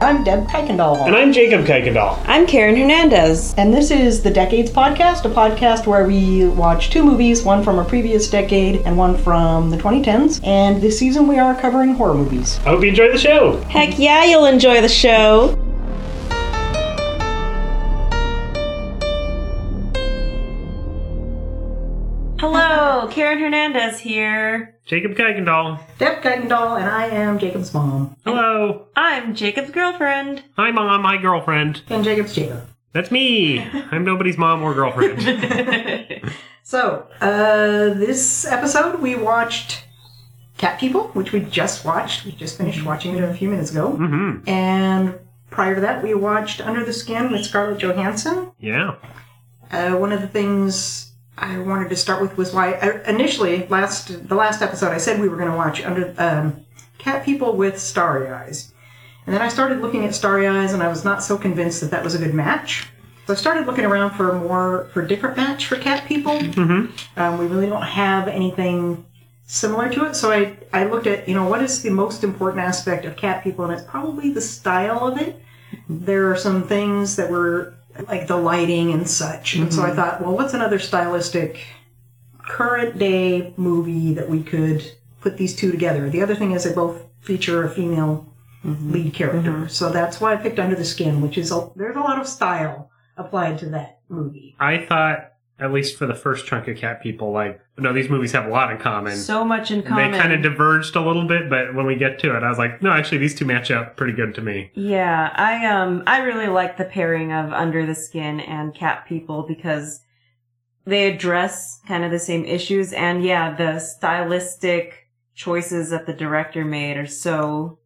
I'm Deb Kuykendall. And I'm Jacob Kuykendall. I'm Karen Hernandez. And this is the Decades Podcast, a podcast where we watch two movies, one from a previous decade and one from the 2010s. And this season we are covering horror movies. I hope you enjoy the show. Heck yeah, you'll enjoy the show. Hello, Karen Hernandez here. Jacob Kuykendall. Deb Kuykendall, and I am Jacob's mom. Hello. I'm Jacob's girlfriend. Hi, Mom. Hi, girlfriend. And Jacob's Jacob. That's me. I'm nobody's mom or girlfriend. So, uh, this episode we watched Cat People, which we just watched. We just finished watching it a few minutes ago. mm-hmm. And prior to that, we watched Under the Skin with Scarlett Johansson. Yeah. Uh, one of the things I wanted to start with was why I, initially last the last episode I said we were going to watch under um, Cat People with Starry Eyes, and then I started looking at Starry Eyes and I was not so convinced that that was a good match. So I started looking around for more for a different match for Cat People. Mm-hmm. Um, we really don't have anything similar to it, so I I looked at you know what is the most important aspect of Cat People, and it's probably the style of it there are some things that were like the lighting and such. And Mm-hmm. so I thought, well, what's another stylistic current day movie that we could put these two together? The other thing is they both feature a female Mm-hmm. lead character. So that's why I picked Under the Skin, which is a, there's a lot of style applied to that movie. I thought, at least for the first chunk of Cat People, like, no, these movies have a lot in common. So much in And common. They kind of diverged a little bit, but when we get to it, I was like, no, actually, these two match up pretty good to me. Yeah, I um I really like the pairing of Under the Skin and Cat People because they address kind of the same issues and yeah, the stylistic choices that the director made are so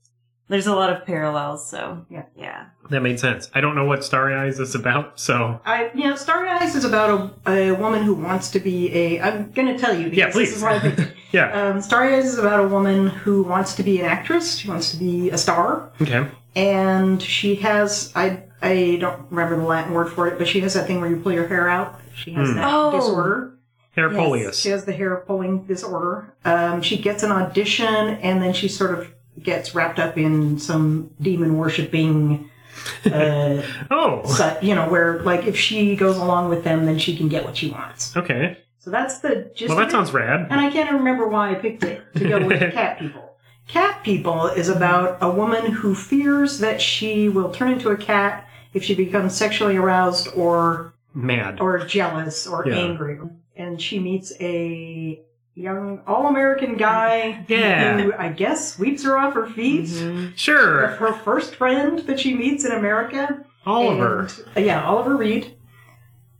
there's a lot of parallels, so Yeah. Yeah. That made sense. I don't know what Starry Eyes is about, so I, you know, Starry Eyes is about a, a woman who wants to be a. I'm going to tell you because Yeah, this please. is why I picked it. yeah. Um, Starry Eyes is about a woman who wants to be an actress. She wants to be a star. Okay. and she has I I don't remember the Latin word for it, but she has that thing where you pull your hair out. She has Hmm. that Oh. disorder. Hair Yes. Polius. She has the hair pulling disorder. Um, she gets an audition, and then she sort of gets wrapped up in some demon worshiping. Uh, Oh. so, you know, where like if she goes along with them, then she can get what she wants. Okay. So that's the gist. Well, of that it. sounds rad. And I can't remember why I picked it to go with cat people. Cat people is about a woman who fears that she will turn into a cat if she becomes sexually aroused or Mad. or jealous or Yeah. angry. And she meets a young all American guy Yeah. Mm-hmm. who I guess sweeps her off her feet. Mhm. Sure. Her first friend that she meets in America. Oliver. And- uh, yeah, Oliver Reed.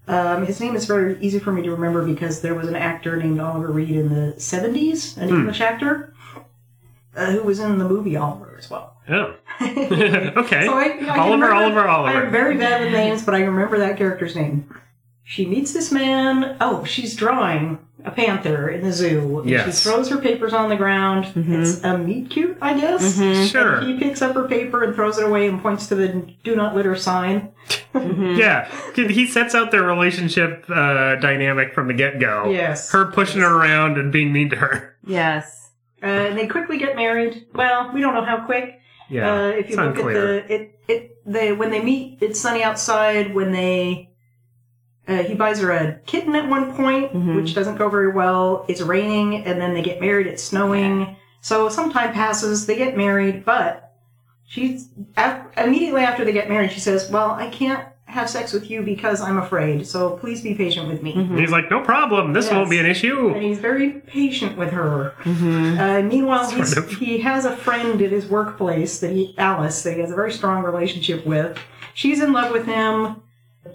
Um, his name is very easy for me to remember because there was an actor named Oliver Reed in the 70s, an Hmm. English actor, uh, who was in the movie Oliver as well. Oh. okay. So I- I can Oliver, remember- Oliver, Oliver. I'm very bad with names, but I remember that character's name. She meets this man. Oh, she's drawing a panther in the zoo. and Yes. She throws her papers on the ground. Mhm. It's a meet cute, I guess. Mhm. Sure. And he picks up her paper and throws it away and points to the do not litter sign. Mm-hmm. Mhm. Yeah. 'Cause He sets out their relationship uh, dynamic from the get go. Yes. Oh. Her pushing her around and being mean to her. Yes. Uh, and they quickly get married. Well, we don't know how quick. Yeah. uh, if you it's look unclear. at the it it they when they meet, it's sunny outside. When they uh, he buys her a kitten at one point, Mhm. which doesn't go very well. It's raining, and then they get married. It's snowing, so some time passes. They get married, but she's af- immediately after they get married, she says, "Well, I can't have sex with you because I'm afraid. So please be patient with me." And he's like, no problem. This Yes. won't be an And issue. he's very patient with her. Mhm. Uh, meanwhile, Sort he's, of. he has a friend at his workplace that he, Alice, that he has a very strong relationship with. She's in love with him.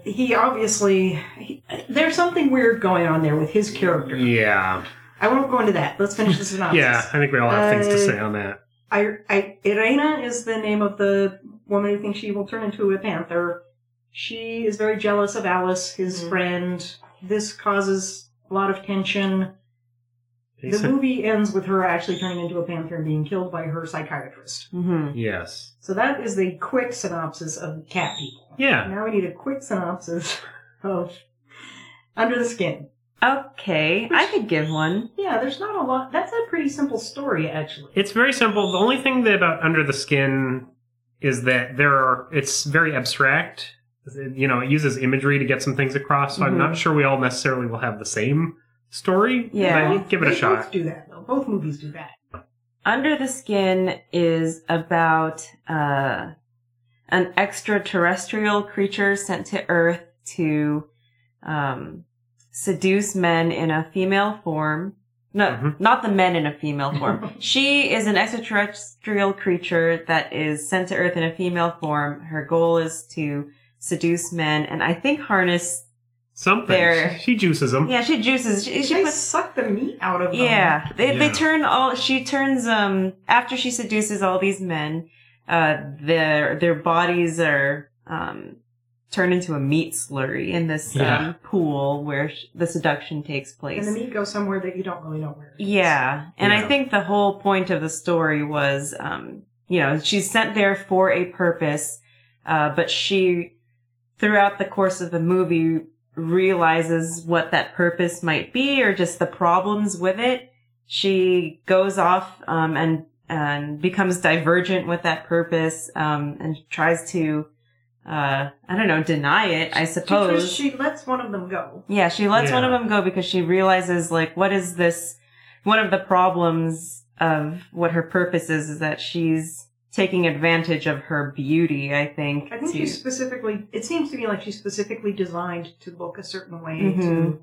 He obviously, he, there's something weird going on there with his character. Yeah. I won't go into that. Let's finish the synopsis. Yeah. I think we all have things Uh, to say on that. I, I, Irena is the name of the woman who thinks she will turn into a panther. She is very jealous of Alice, his Mhm. friend. This causes a lot of tension. The So- movie ends with her actually turning into a panther and being killed by her psychiatrist. Mhm. yes. So that is the quick synopsis of Cat People. Yeah. Now we need a quick synopsis of Under the Skin. Okay, I could give one. Yeah, there's not a lot. That's a pretty simple story, actually. It's very simple. The only thing that about Under the Skin is that there are it's very abstract. You know, it uses imagery to get some things across. So I'm Mhm. Mm-hmm. not sure we all necessarily will have the same story. Yeah. but give it a they shot. Both do that though. Both movies do that. Under the Skin is about uh, an extraterrestrial creature sent to Earth to um, seduce men in a female form. No, Mhm. not the men in a female form. she is an extraterrestrial creature that is sent to Earth in a female form. Her goal is to seduce men, and I think harness. Something There. she juices them. Yeah, she juices. She, she they puts suck the meat out of them. yeah, they they Yeah. turn all. She turns um after she seduces all these men, uh their their bodies are um turned into a meat slurry in this Yeah. um, pool where sh- the seduction takes place. And the meat goes somewhere that you don't really know where. it is. Yeah, and I Yeah. think the whole point of the story was, um, you know, she's sent there for a purpose, uh, but she, throughout the course of the movie, realizes what that purpose might be or just the problems with it. She goes off um, and and becomes divergent with that purpose um, and tries to, uh, I don't know, deny it. I She, tries- suppose. she lets one of them go. Yeah, she lets one of Yeah. them go because she realizes, like, what is this? One of the problems of what her purpose is is that she's taking advantage of her beauty, I think. I think to- she specifically. It seems to me like she's specifically designed to look a certain way to Mhm.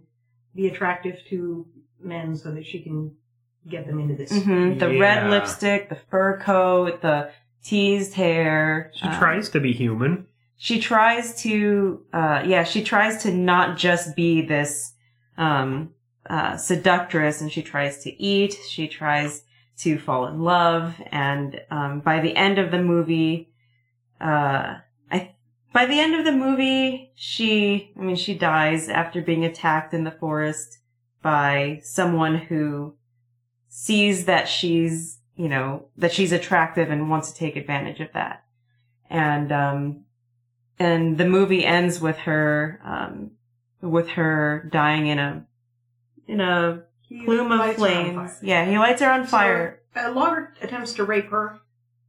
be attractive to men, so that she can get them into this. Mhm, the Yeah. red lipstick, the fur coat, the teased hair. She um, tries to be human. She tries to, uh, yeah, she tries to not just be this, um, uh, seductress and she tries to eat. She tries to fall in love. And, um, by the end of the movie, uh, I, by the end of the movie, she, I mean, she dies after being attacked in the forest by someone who sees that she's, you know, that she's attractive and wants to take advantage of that. And, um, and the movie ends with her um with her dying in a in a He plume of lights her on flames. fire. Yeah, he lights her on So- fire. Uh, Lawler attempts to rape her.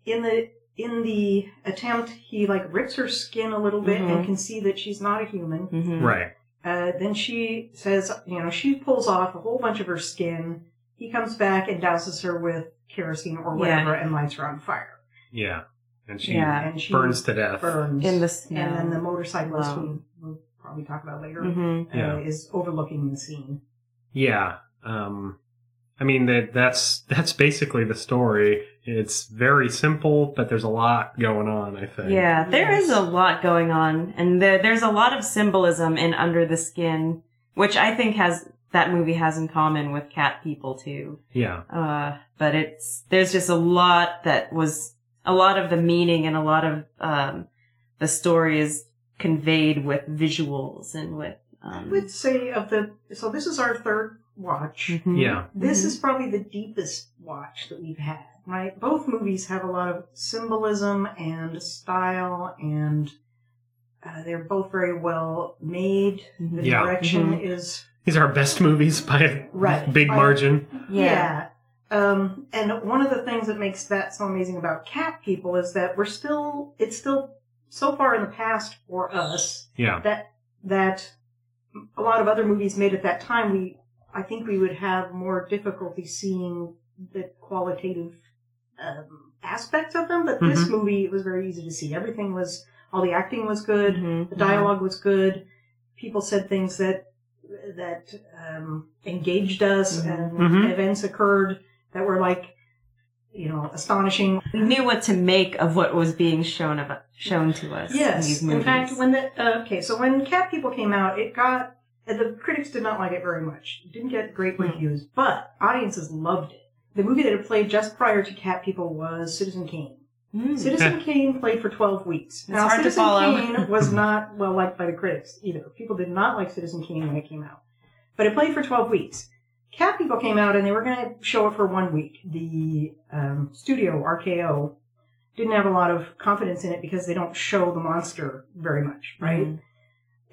In the in the attempt, he like rips her skin a little bit and Mhm. can see that she's not a human. Mhm. Right. Uh, then she says, you know, she pulls off a whole bunch of her skin. He comes back and douses her with kerosene or whatever and lights her on fire. Yeah. And she Yeah. And she burns to death. burns. In the snow. and then the motorcyclist, Wow. who we'll probably talk about later, Mhm. uh, Yeah. is overlooking the scene. Yeah. Um I mean that that's that's basically the story. It's very simple, but there's a lot going on, I think. Yeah, there is Yes. a lot going on, and there, there's a lot of symbolism in Under the Skin, which I think has that movie has in common with Cat People too. Yeah. Uh, but it's there's just a lot that was a lot of the meaning and a lot of um, the story is conveyed with visuals and with I um, would say of the so this is our third watch. mhm. Yeah. This Mhm. is probably the deepest watch that we've had, right? Both movies have a lot of symbolism and style, and uh, they're both very well made. The Mhm. Yeah. direction is These are our best movies by a Right. big By- margin. yeah yeah. Um, and one of the things that makes that so amazing about Cat People is that we're still it's still so far in the past for us Yeah. that that a lot of other movies made at that time we I think we would have more difficulty seeing the qualitative um, aspects of them. But this movie it was very easy to see. Everything was all the acting was good, Mhm. the dialogue was good. People said things that that um, engaged us, and Mhm. events occurred that were like you know astonishing. Mm-hmm. We knew what to make of what was being shown of shown to us. in, Yes, these in movies. fact, when the uh, okay, so when Cat People came out, it got uh, the critics did not like it very much. It didn't get great Hmm. reviews, but audiences loved it. The movie that it played just prior to Cat People was Citizen Kane. Mm. Citizen Kane played for 12 weeks. It's hard to Citizen follow. Kane was not well liked by the critics either. People did not like Citizen Kane when it came out. But it played for 12 weeks. Cat People came out and they were going to show it for one week. The um, studio, RKO, didn't have a lot of confidence in it because they don't show the monster very much, right? Mhm.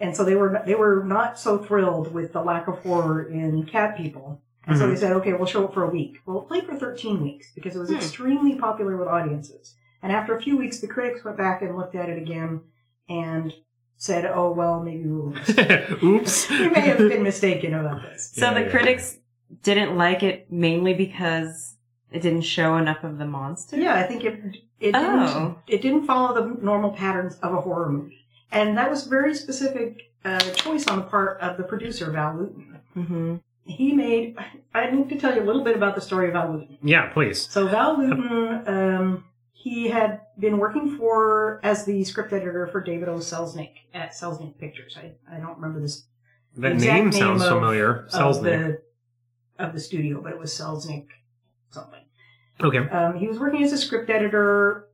And so they were they were not so thrilled with the lack of horror in Cat People. And so they said, okay, we'll show it for a week. Well, it played for 13 weeks because it was Mm-hmm. Hmm. extremely popular with audiences. And after a few weeks, the critics went back and looked at it again and said, oh, well, maybe we were- Oops. we may have been mistaken about this. So Yeah, the yeah. critics didn't like it mainly because it didn't show enough of the monster. Yeah, I think it, it, Oh. didn't, it didn't follow the normal patterns of a horror movie. And that was very specific uh, choice on the part of the producer, Val Luton. Mm-hmm. hmm He made, I need to tell you a little bit about the story of Val Luton. yeah, please. So Val Luton, um, he had been working for as the script editor for David O. Selznick at Selznick Pictures. I, I don't remember this That exact name name sounds of- familiar. of Selznick. the of the studio, but it was Selznick something. Okay. Um, he was working as a script editor.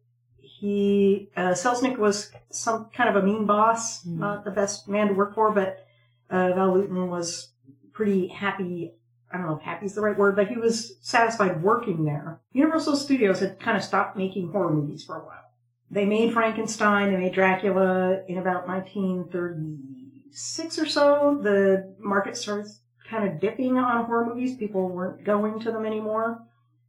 He uh, Selznick was some kind of a mean boss, Hmm. not the best man to work for, but uh, Val Luton was pretty happy. I don't know if happy is the right word, but he was satisfied working there. Universal Studios had kind of stopped making horror movies for a while. They made Frankenstein, they made Dracula in about 1936 or so. The market started kind of dipping on horror movies. People weren't going to them anymore.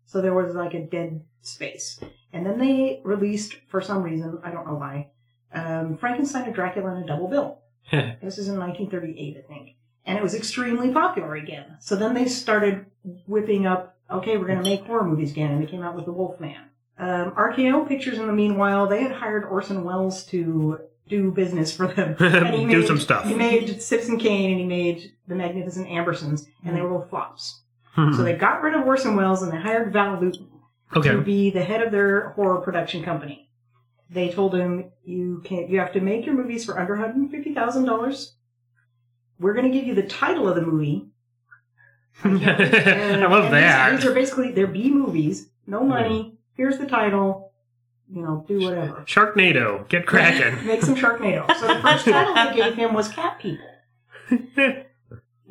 So there was like a dead space. And then they released, for some reason, I don't know why, um, Frankenstein and Dracula in a double bill. this is in 1938, I think. And it was extremely popular again. So then they started whipping up, okay, we're going to make horror movies again. And they came out with The Wolfman. Um, RKO Pictures, in the meanwhile, they had hired Orson Welles to do business for them. And he Do made- some stuff. He made Citizen Kane and he made The Magnificent Ambersons, and they were both flops. So they got rid of Orson Welles and they hired Val Luton to okay. be the head of their horror production company. They told him, "You can not You have to make your movies for under one hundred fifty thousand dollars. We're going to give you the title of the movie. I love and these- These, that. Hmm. are basically they're B movies. No money. Here's the title. You know, do whatever. Sharknado. Get cracking. Make some Sharknado. So the first title they gave him was Cat People.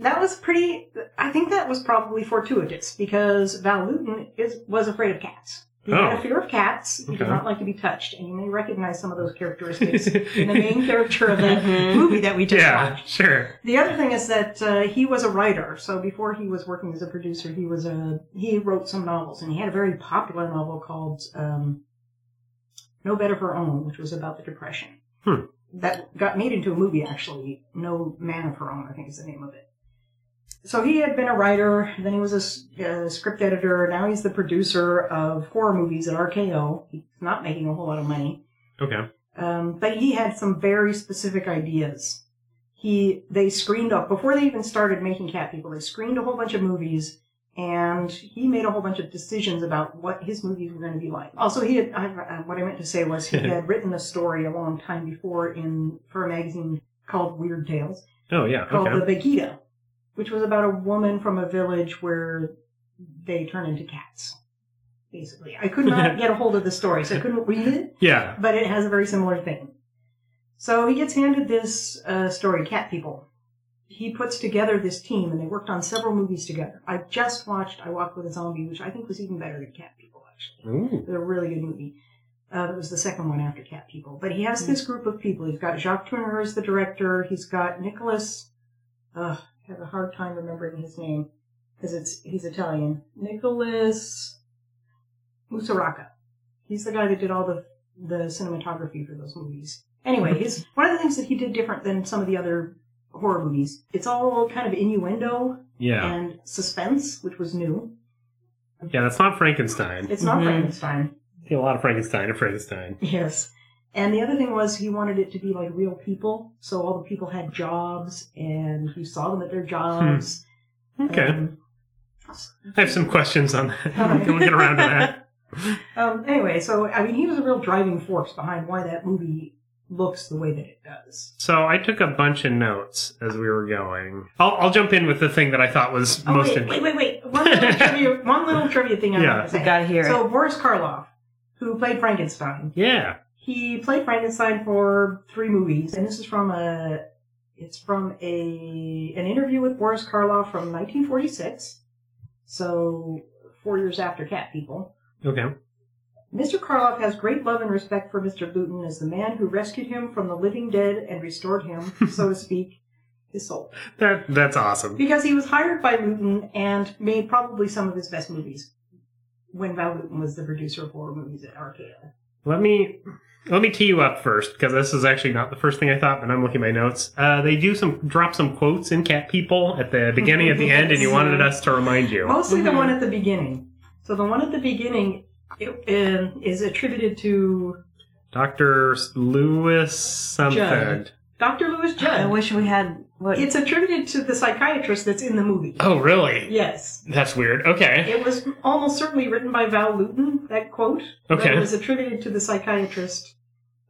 That was pretty. I think that was probably fortuitous because Val Luton is was afraid of cats. He had Oh. a fear of cats. He did Okay. not like to be touched, and you may recognize some of those characteristics in the main character of that Mhm. movie that we just Mm-hmm. yeah, watched. sure. The other thing is that uh, he was a writer. So before he was working as a producer, he was a he wrote some novels, and he had a very popular novel called um, "No Bed of Her Own," which was about the Depression. Hmm. That got made into a movie, actually. "No Man of Her Own," I think is the name of it. So he had been a writer, then he was a s- uh, script editor. Now he's the producer of horror movies at RKO. He's not making a whole lot of money. Okay. Um, but he had some very specific ideas. He they screened up before they even started making Cat People. They screened a whole bunch of movies, and he made a whole bunch of decisions about what his movies were going to be like. Also, he had I, I- what I meant to say was he had written a story a long time before in for a magazine called Weird Tales Oh, yeah. called Okay. the Begita, which was about a woman from a village where they turn into cats. Basically, I could not get a hold of the story, so I couldn't read it Yeah. but it has a very similar thing. So he gets handed this uh, story, Cat People. He puts together this team, and they worked on several movies together. I just watched I Walk with a Zombie, which I think was even better than Cat People, actually. Ooh. It was a really good movie. Uh, it was the second one after Cat People. But he has this group of people. He's got Jacques Tourneur as the director. He's got Nicholas. Uh, I have a hard time remembering his name because it's he's Italian. Nicholas Musaraca. He's the guy that did all the the cinematography for those movies. Anyway, his one of the things that he did different than some of the other horror movies. It's all kind of innuendo Yeah. and suspense, which was new. Yeah, that's not Frankenstein. It's not Mhm. Frankenstein. See a lot of Frankenstein and Frankenstein. Yes. And the other thing was he wanted it to be like real people, so all the people had jobs and you saw them at their jobs. Hmm. Okay. Um, I have some questions on that. Alright. Can we get around to that? um, anyway, so I mean, he was a real driving force behind why that movie looks the way that it does. So I took a bunch of notes as we were going. I'll, I'll jump in with the thing that I thought was Oh most wait, wait, wait, wait! One little trivia, one little trivia thing I Yeah. want to We say. gotta hear So Boris Karloff, who played Frankenstein, Yeah. he played Frankenstein for three movies, and this is from a it's from a an interview with Boris Karloff from 1946, so four years after Cat People. Okay. Mr. Karloff has great love and respect for Mr. Luton as the man who rescued him from the living dead and restored him, so to speak, his soul. That that's awesome. Because he was hired by Luton and made probably some of his best movies when Val Luton was the producer of horror movies at RKO. Let me let me tee you up first because this is actually not the first thing I thought, but I'm looking at my notes. Uh, they do some drop some quotes in Cat People at the beginning, at the end, and you wanted us to remind you. Mostly the Mhm. one at the beginning. So the one at the beginning it, um, is attributed to Dr. Lewis something. Judd. Dr. Louis I Judd. wish we had what It's attributed to the psychiatrist that's in the movie. Oh, really? Yes. That's weird. Okay. It was almost certainly written by Val Luton, that quote. but Okay. It was attributed to the psychiatrist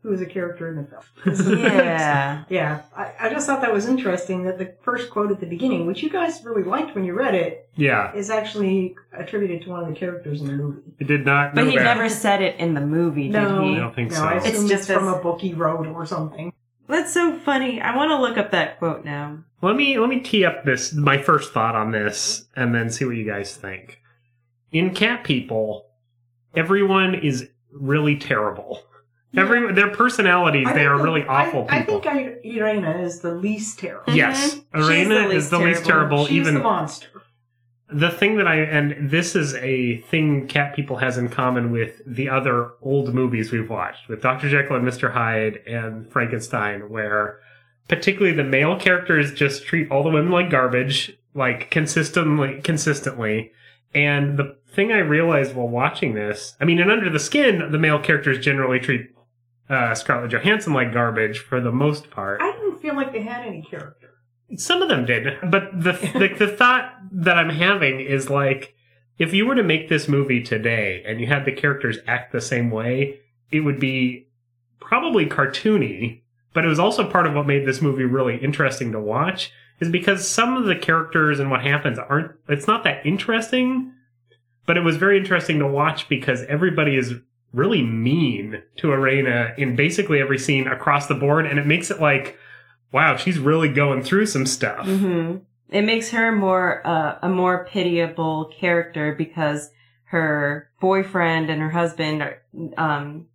who is a character in the film. yeah. Yeah, I, I just thought that was interesting that the first quote at the beginning, which you guys really liked when you read it, Yeah. is actually attributed to one of the characters in the movie. It did not But know he that. never said it in the movie, No, did he? I don't think no, so. I It's assume it's, just from this- a book he wrote or something. That's so funny. I want to look up that quote now. Let me let me tee up this my first thought on this and then see what you guys think. In cat people, everyone is really terrible. Every their personalities, I they think are the- really awful I, people. I mm-hmm. think I, Irena is the least terrible. yes, Mhm. She's Arena the is least the least terrible. terrible. She's even the monster. the thing that I and this is a thing cat people has in common with the other old movies we've watched with Dr. Jekyll and Mr. Hyde and Frankenstein where particularly the male characters just treat all the women like garbage like consistently consistently and the thing I realized while watching this I mean in Under the Skin the male characters generally treat uh, Scarlett Johansson like garbage for the most part I didn't feel like they had any character. some of them did, but the the, the thought that I'm having is like, if you were to make this movie today and you had the characters act the same way, it would be probably cartoony. But it was also part of what made this movie really interesting to watch is because some of the characters and what happens aren't. It's not that interesting, but it was very interesting to watch because everybody is really mean to Arena in basically every scene across the board, and it makes it like wow, she's really going through some stuff. Mm-hmm. hmm It makes her more uh, a more pitiable character because her boyfriend and her husband are, um,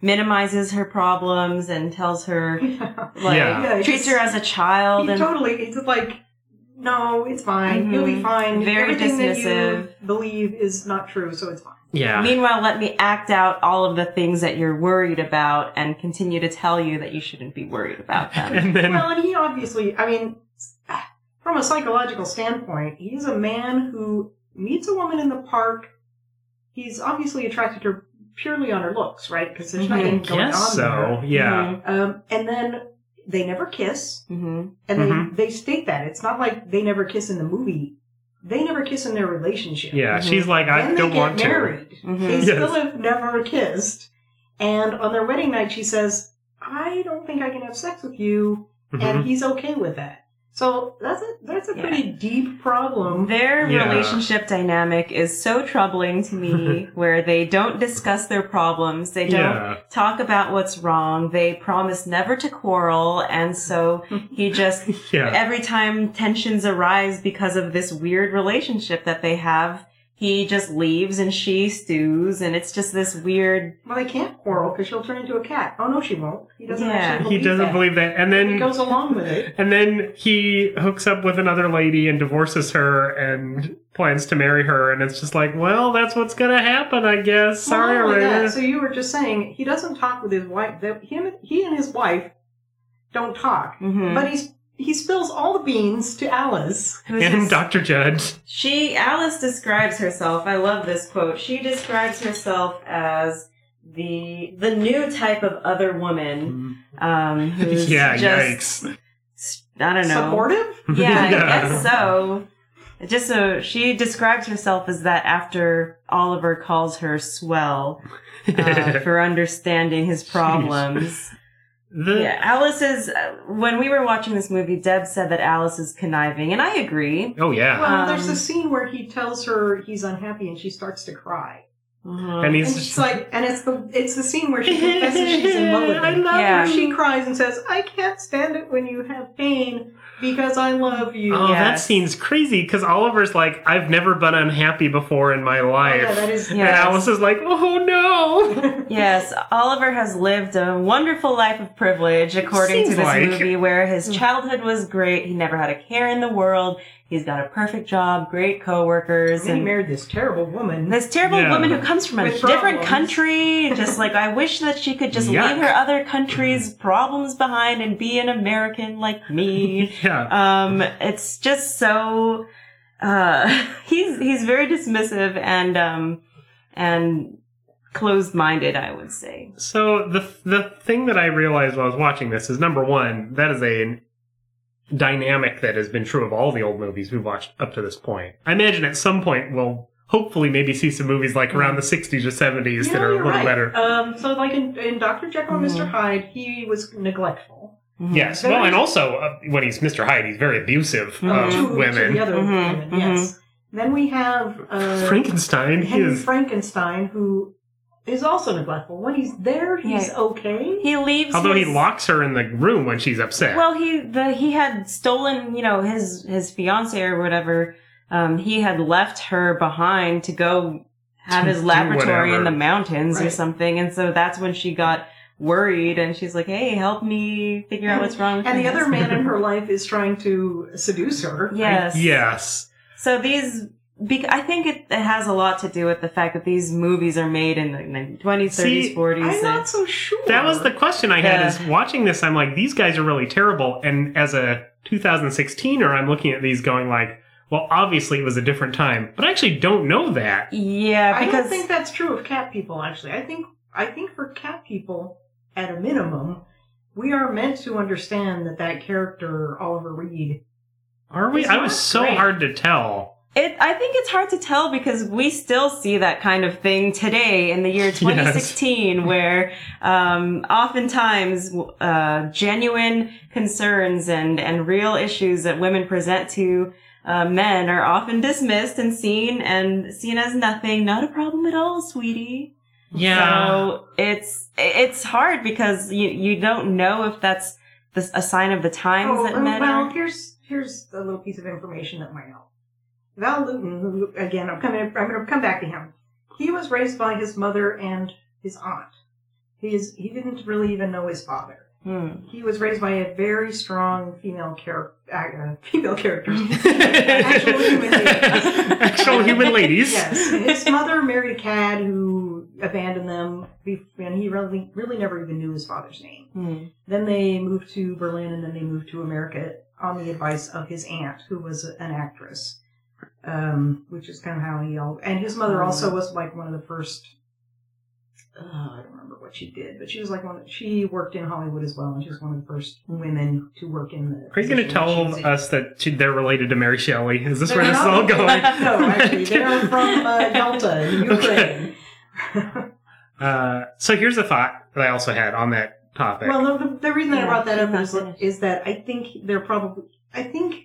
minimizes her problems and tells her like Yeah. Yeah, treats he's- her as a child He and totally, he's just like, no, it's fine. Mhm. You'll be fine. Very Everything that dismissive. you believe is not true, so it's fine. Yeah. meanwhile let me act out all of the things that you're worried about and continue to tell you that you shouldn't be worried about them. and then Well, and he obviously, I mean, from a psychological standpoint, he's a man who meets a woman in the park. He's obviously attracted to her purely on her looks, right? Because there's Mhm. nothing going Mm-hmm. guess on so. Yeah. Mm-hmm. there. Um, and then they never kiss, hmm and Mhm. they, they state that it's not like they never kiss in the movie. They never kiss in their relationship. Yeah. Mhm. She's like, I then don't they get want to. married. Mhm. They Yes. still have never kissed. And on their wedding night, she says, "I don't think I can have sex with you." Mhm. and he's okay with that. So that's a that's a Yeah. pretty deep problem. Their Yeah. relationship dynamic is so troubling to me where they don't discuss their problems, they don't Yeah. talk about what's wrong. They promise never to quarrel. And so he just, Yeah. every time tensions arise because of this weird relationship that they have, he just leaves and she stews. And it's just this weird, Well, they can't quarrel because she'll turn into a cat. Oh no, she won't. He doesn't Yeah. actually He believe doesn't that. believe that. And He then goes along with it. and then he hooks up with another lady and divorces her and plans to marry her and it's just like, well, that's what's gonna happen, I guess. Sorry, Well, not only Arena. that, So you were just saying he doesn't talk with his wife. That him he and his wife don't talk, Mhm. but he's he spills all the beans to Alice. who's And just- Dr. Judd. She, Alice describes herself, I love this quote, she describes herself as the, the new type of other woman, um, who's Yeah, just, yikes. I don't know. Supportive. yeah, I Yeah. guess so. Just so she describes herself as that after Oliver calls her swell Um, uh, for understanding his problems. The- yeah, Alice is. Uh, when we were watching this movie, Deb said that Alice is conniving, and I agree. Oh yeah. Well, Um, there's a scene where he tells her he's unhappy, and she starts to cry. and he's And she's like, and it's the it's the scene where she confesses she's in love with him. I love Yeah. Where you. she cries and says, I can't stand it when you have pain because I love you. Oh, that Yes. scene's crazy because Oliver's like, I've never been unhappy before in my Oh, life. yeah, that is. Yeah. And Alice is like, oh no. Yes, Oliver has lived a wonderful life of privilege, according Seems to this like. Hmm. movie, where his childhood was great. He never had a care in the world, He's got a perfect job, great And coworkers, then he and married this terrible woman. this terrible Yeah. woman who comes from a With different problems. country. and Just like I wish that she could just Yuck. Hmm. leave her other country's problems behind and be an American like me. Yeah. um, it's just so uh, he's he's very dismissive and um, and closed minded. I would say. So the the thing that I realized while I was watching this is number one, that is a dynamic that has been true of all the old movies we've watched up to this point. I imagine at some point we'll hopefully maybe see some movies like around the 60s or 70s You that know, are a you're little right. better. Um, so, like in, in Dr. Jekyll and Mr. Mhm. Hyde, he was neglectful Yes. There Well, and is- also uh, when he's Mr. Hyde, he's very abusive Mm-hmm. Mhm. to, of to the women. other Mhm, women. Yes. Then we have uh, Frankenstein, he Henry is. Frankenstein, who is also neglectful. When he's there, he's Yeah. okay. He leaves. Although he his- locks her in the room when she's upset. Well, he the he had stolen, you know, his his fiance or whatever. Um, he had left her behind to go have To his do laboratory whatever. in the mountains or Right. something, and so that's when she got worried, and she's like, "Hey, help me figure out what's wrong." with And the this." other man in her life is trying to seduce her. yes, yes. So these, bec- I think it, it has a lot to do with the fact that these movies are made in the twenties, See, thirties, forties. I'm not so sure. That was the question I had Yeah. is watching this, I'm like, these guys are really terrible. And as a 2016er, I'm looking at these going like, well, obviously it was a different time, but I actually don't know that. Yeah, I because don't think that's true of cat people. Actually, I think I think for cat people, at a minimum, we are meant to understand that that character Oliver Reed. Are we? It's I not was so great. hard to tell. It, I think it's hard to tell because we still see that kind of thing today in the year 2016, where um, oftentimes uh, genuine concerns and, and real issues that women present to uh, men are often dismissed and seen and seen as nothing, not a problem at all, sweetie. Yeah. So it's it's hard because you you don't know if that's the, a sign of the times that um, men well, are. here's here's a little piece of information that might help. Val Luton, who again, I'm coming, I'm going to come back to him. He was raised by his mother and his aunt. He is he didn't really even know his father. Hmm. He was raised by a very strong female character, uh, female character. Actual human ladies. Actual human ladies. Yes, his mother married a cad who abandoned them, be- and he really, really never even knew his father's name. Hmm. Then they moved to Berlin, and then they moved to America on the advice of his aunt, who was an actress, um, which is kind of how he all. And his mother Oh. also was like one of the first. Uh, I don't remember what she did, but she was like one. She worked in Hollywood as well, and she was one of the first women to work in the. Are you going to position that she tell was in. us that she- they're related to Mary Shelley? Is this They're where this is not- all going? No, actually, they're from uh, Delta, in Ukraine. Uh, so here's a thought that I also had on that topic. Well, no, the, the reason I Yeah, brought that she's up not is, finished. is that I think they're probably, I think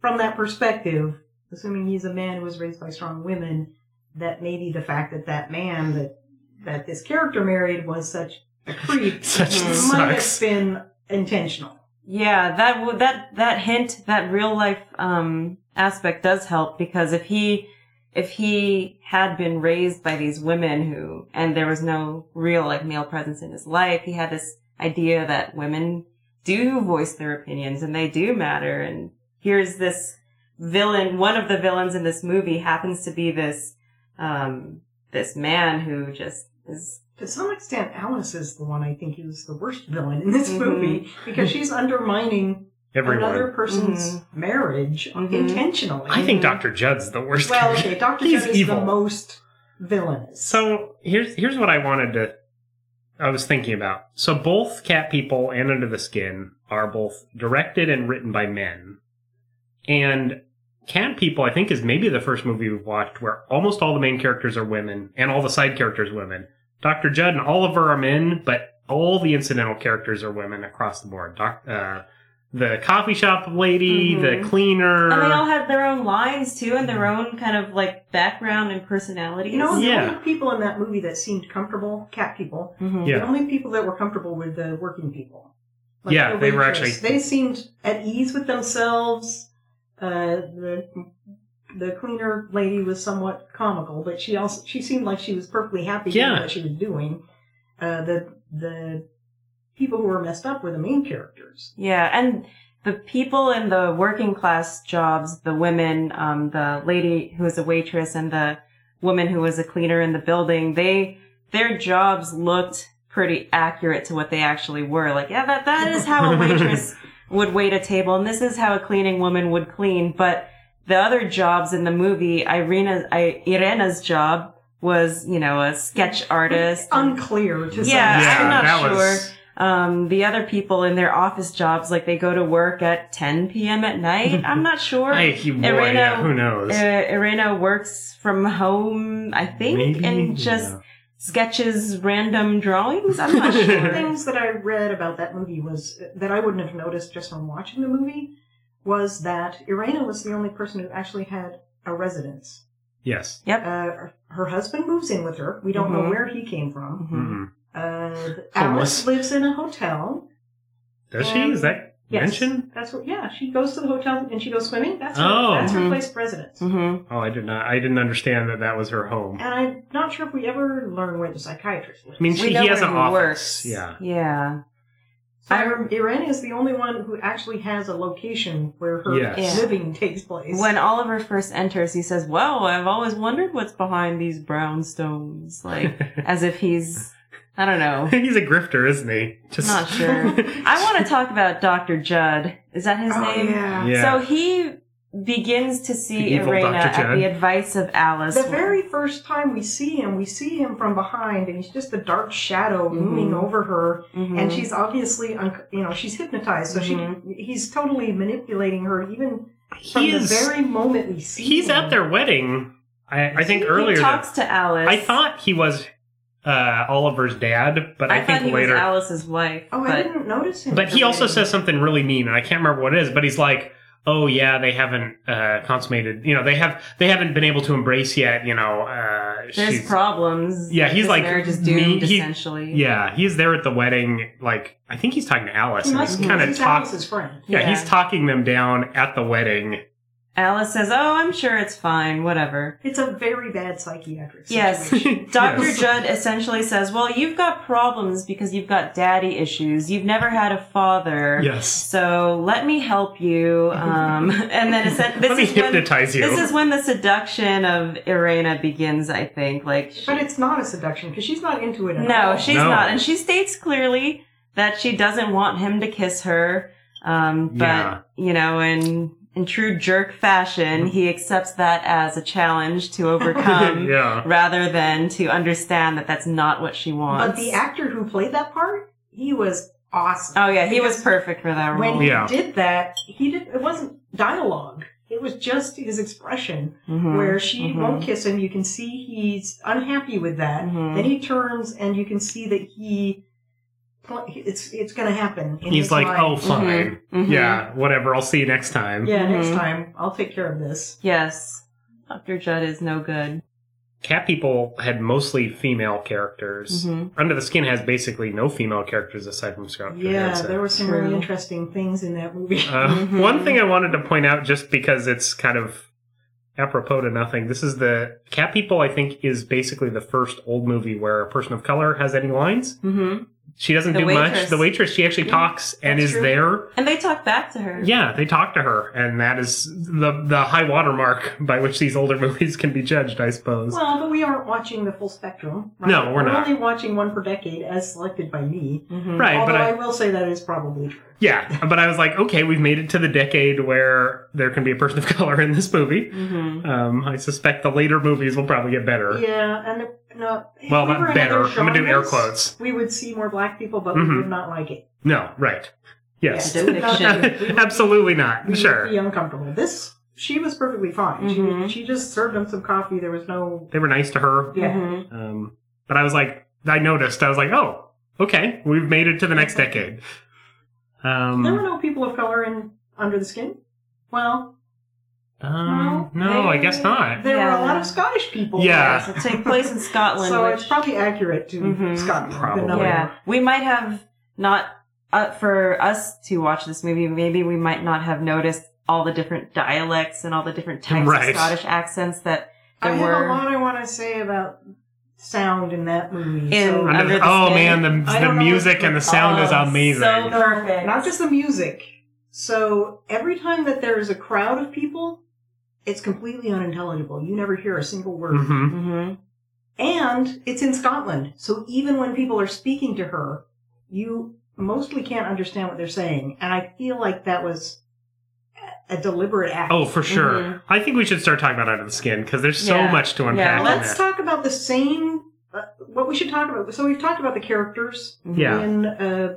from that perspective, assuming he's a man who was raised by strong women, that maybe the fact that that man that that this character married was such a creep Such Mhm. might sucks. have been intentional. Yeah, that w- that that hint, that real life um, aspect does help because if he if he had been raised by these women who and there was no real like male presence in his life, he had this idea that women do voice their opinions and they do matter. And here's this villain. One of the villains in this movie happens to be this um, this man who just is To some extent, Alice is the one I think who's the worst villain in this Mhm. movie because she's undermining Everyone. another person's marriage Mhm. intentionally. I think Dr. Judd's the Mm. worst. Well, character. okay, Doctor He's Judd is evil. the most villainous. So here's here's what I wanted to I was thinking about. So both Cat People and Under the Skin are both directed and written by men. And Cat People, I think, is maybe the first movie we've watched where almost all the main characters are women and all the side characters women. Dr. Judd and Oliver are men, but all the incidental characters are women across the board. Doc, uh, the coffee shop lady, Mhm. Mm-hmm. the cleaner. And they all had their own lines too, and their own kind of like background and personalities. you know, Yeah. the only people in that movie that seemed comfortable, cat people, Mhm. Yeah. the only people that were comfortable were the working people. Yeah, the they were waitress. actually- They seemed at ease with themselves. Uh, the the cleaner lady was somewhat comical, but she also she seemed like she was perfectly happy doing Yeah. what she was doing. Uh, the the people who were messed up were the main characters. Yeah, and the people in the working class jobs, the women, um, the lady who was a waitress and the woman who was a cleaner in the building, they, their jobs looked pretty accurate to what they actually were. Like, yeah, that, that is how a waitress would wait a table and this is how a cleaning woman would clean. But the other jobs in the movie, Irina, I, Irena's job was, you know, a sketch artist. Unclear to Yeah, some extent. I'm not that was um, the other people in their office jobs, like they go to work at 10 p.m. at night. I'm not sure. Hey, you boy, Irina- yeah, who knows? Uh, Irena works from home, I think, Maybe, and just yeah. sketches random drawings. I'm not sure. The things that I read about that movie was that I wouldn't have noticed just from watching the movie was that Irena was the only person who actually had a residence. yes. yep. Uh, her husband moves in with her. We don't know Mhm. where he came from. Mhm. Mm-mm. Uh, Mm-hmm. Alice Homeless. lives in a hotel. Does she? Is Um, that Yes, mentioned? that's what. Yeah, she goes to the hotel and she goes swimming. That's her, Oh. that's her Mhm. place of residence. Mhm. Oh, I did not. I didn't understand that that was her home. And I'm not sure if we ever learn where the psychiatrist lives. I mean, We she, know he has where an he office. works. Yeah. Yeah. So Irene is the only one who actually has a location where her Yes. Yeah. living takes place. When Oliver first enters, he says, "Well, I've always wondered what's behind these brownstones," like as if he's, I don't know. He's a grifter, isn't he? Just Oh. Not sure. I want to talk about Dr. Judd. Is that his oh, name? yeah. Yeah. So he begins to see The evil Irena Dr. at Judd. the advice of Alice. The very first time we see him, we see him from behind, and he's just a dark shadow Mm-hmm. looming over her. Mhm. And she's obviously, un- you know, she's hypnotized, so Mm-hmm. she he's totally manipulating her, even from he the is. very moment we see he's him. at their wedding. I, I think He earlier. that- talks to Alice. I thought he was uh, Oliver's dad, but I, I think thought he later. was Alice's wife. Oh, I but- didn't notice him. but at he the also wedding. says something really mean, and I can't remember what it is. But he's like, "Oh yeah, they haven't uh, consummated. You know, they have they haven't been able to embrace yet. You know, uh, there's she's- problems. Yeah, he's This like marriage is me- doomed he- essentially. Yeah, he's there at the wedding. Like, I think he's talking to Alice. he and must he's be kind of he's talking. Alice's friend. Yeah, he's Yeah. talking them down at the wedding. Alice says, "Oh, I'm sure it's fine. Whatever." It's a very bad psychiatric Yes. situation. Dr. Yes. Judd essentially says, Well, you've got problems because you've got daddy issues. You've never had a father. Yes. So let me help you. Um, and then essen- this Let me is when, hypnotize you. This is when the seduction of Irena begins, I think. Like, she- But it's not a seduction because she's not into it at all. no, she's No. not, and she states clearly that she doesn't want him to kiss her. Um, but Yeah. you know, in in true jerk fashion, he accepts that as a challenge to overcome, yeah. rather than to understand that that's not what she wants. But the actor who played that part, he was awesome. oh yeah, he was perfect for that role. when he Yeah. did that, he did. It wasn't dialogue. It was just his expression, Mhm. where she mhm. won't kiss him. You can see he's unhappy with that. Mhm. Then he turns, and you can see that he. It's it's gonna happen. in He's his like, mind. oh, fine. Mhm, mhm. Yeah, whatever. I'll see you next time. yeah, next Mhm. time I'll take care of this. yes, Doctor Judd is no good. Cat People had mostly female characters. Mhm. Under the Skin has basically no female characters aside from Scott Yeah, Johansson. there were some True. really interesting things in that movie. Uh, Mhm. One thing I wanted to point out, just because it's kind of apropos to nothing, this is the Cat People. I think is basically the first old movie where a person of color has any lines. Mm-hmm. She doesn't The do much. waitress. The waitress, she actually Yeah, talks and that's is true. there. And they talk back to her. Yeah, they talk to her, and that is the the high watermark by which these older movies can be judged, I suppose. Well, but we aren't watching the full spectrum. Right? No, we're not. only watching one per decade, as selected by me. Mhm. right, Although but I, I will say that is probably true. yeah, but I was like, okay, we've made it to the decade where there can be a person of color in this movie. Mm-hmm. Um, I suspect the later movies will probably get better. Yeah, and the, no. if Well, we not were in better. other I'm gonna do air genres, quotes. We would see more black people, but we Mhm. would not like it. No, right? Yes, Yeah, Diction. We would- absolutely We not. would Sure, be uncomfortable. This, she was perfectly fine. Mhm. She, she just served him some coffee. There was no. they were nice to her. Yeah. Mhm. Um, but I was like, I noticed. I was like, oh, okay, we've made it to the next decade. Um, There were no people of color in Under the Skin. Well, Um, No, no, I they- guess not. there were Yeah. a lot of Scottish people. Yeah. Yes, it took place in Scotland. So which, it's probably accurate to Mhm. Scotland. the Probably. number. yeah, we might have not uh, for us to watch this movie. Maybe we might not have noticed all the different dialects and all the different types Right. of Scottish accents that I there have a were lot I want to say about sound in that movie. In- so, Under the oh skin. man, the I the don't know music and the sound is Oh, amazing. so- Perfect. not just the music. So every time that there is a crowd of people, it's completely unintelligible. You never hear a single word. hmm hmm And it's in Scotland. So even when people are speaking to her, you mostly can't understand what they're saying. And I feel like that was a a deliberate act. Oh, for sure. Mhm. Mm-hmm. I think we should start talking about Under the Skin because there's so Yeah. much to Yeah. unpack. in Let's that. talk about the same. Uh, what we should talk about. So we've talked about the characters Yeah. in uh,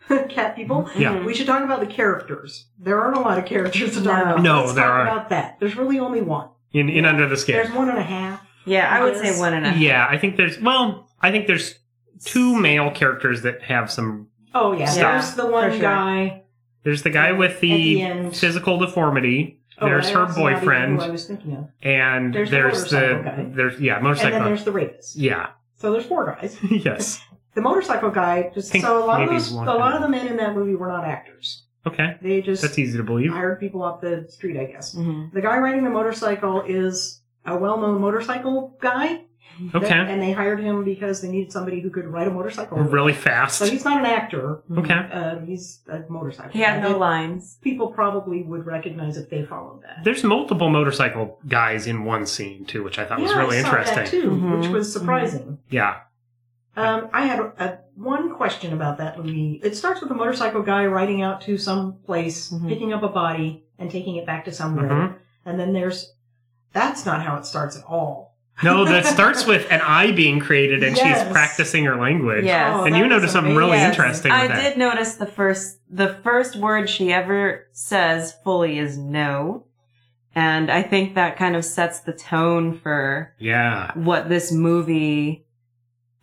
Cat People. Mm-hmm. Yeah. We should talk about the characters. There aren't a lot of characters to talk No. about. No, Let's there talk aren't. about that. There's really only one. in, in Under the There's Skin. one and a half. Yeah, I would Yes. say one and a half. Yeah, I think there's, well, I think there's two male characters that have some. Oh yeah, Yeah, there's the one for sure. guy. There's the guy with At the, the end. physical deformity. Oh, There's I her also not even boyfriend, Who I was thinking of. and There's there's, the the, motorcycle guy. there's yeah And then motorcycle. there's the rapist. Yeah, So there's four guys. yes. The motorcycle guy. Just, Think so a lot of maybe those, a one lot guy. of the men in that movie were not actors. Okay, They just that's easy to believe. hired people off the street, I guess. hmm The guy riding the motorcycle is a well-known motorcycle guy. They- Okay, and they hired him because they needed somebody who could ride a motorcycle. really So fast. he's not an actor. Okay, Um, he's a motorcycle. He had guy. no lines. People probably would recognize if they followed that. there's multiple motorcycle guys in one scene too, which I thought was Yeah, really I saw interesting. That Mm-hmm. too, which Mhm. was surprising. Yeah, Um, I had a, a, one question about that movie. It starts with a motorcycle guy riding out to some place, Mhm. picking up a body, and taking it back to somewhere. Mhm. And then there's that's not how it starts at all. No, that starts with an eye being created and Yes. she's practicing her language. Yes. Oh, And that you was noticed something really amazing. Yes. interesting I with that. did notice the first the first word she ever says fully is no. And I think that kind of sets the tone for Yeah. what this movie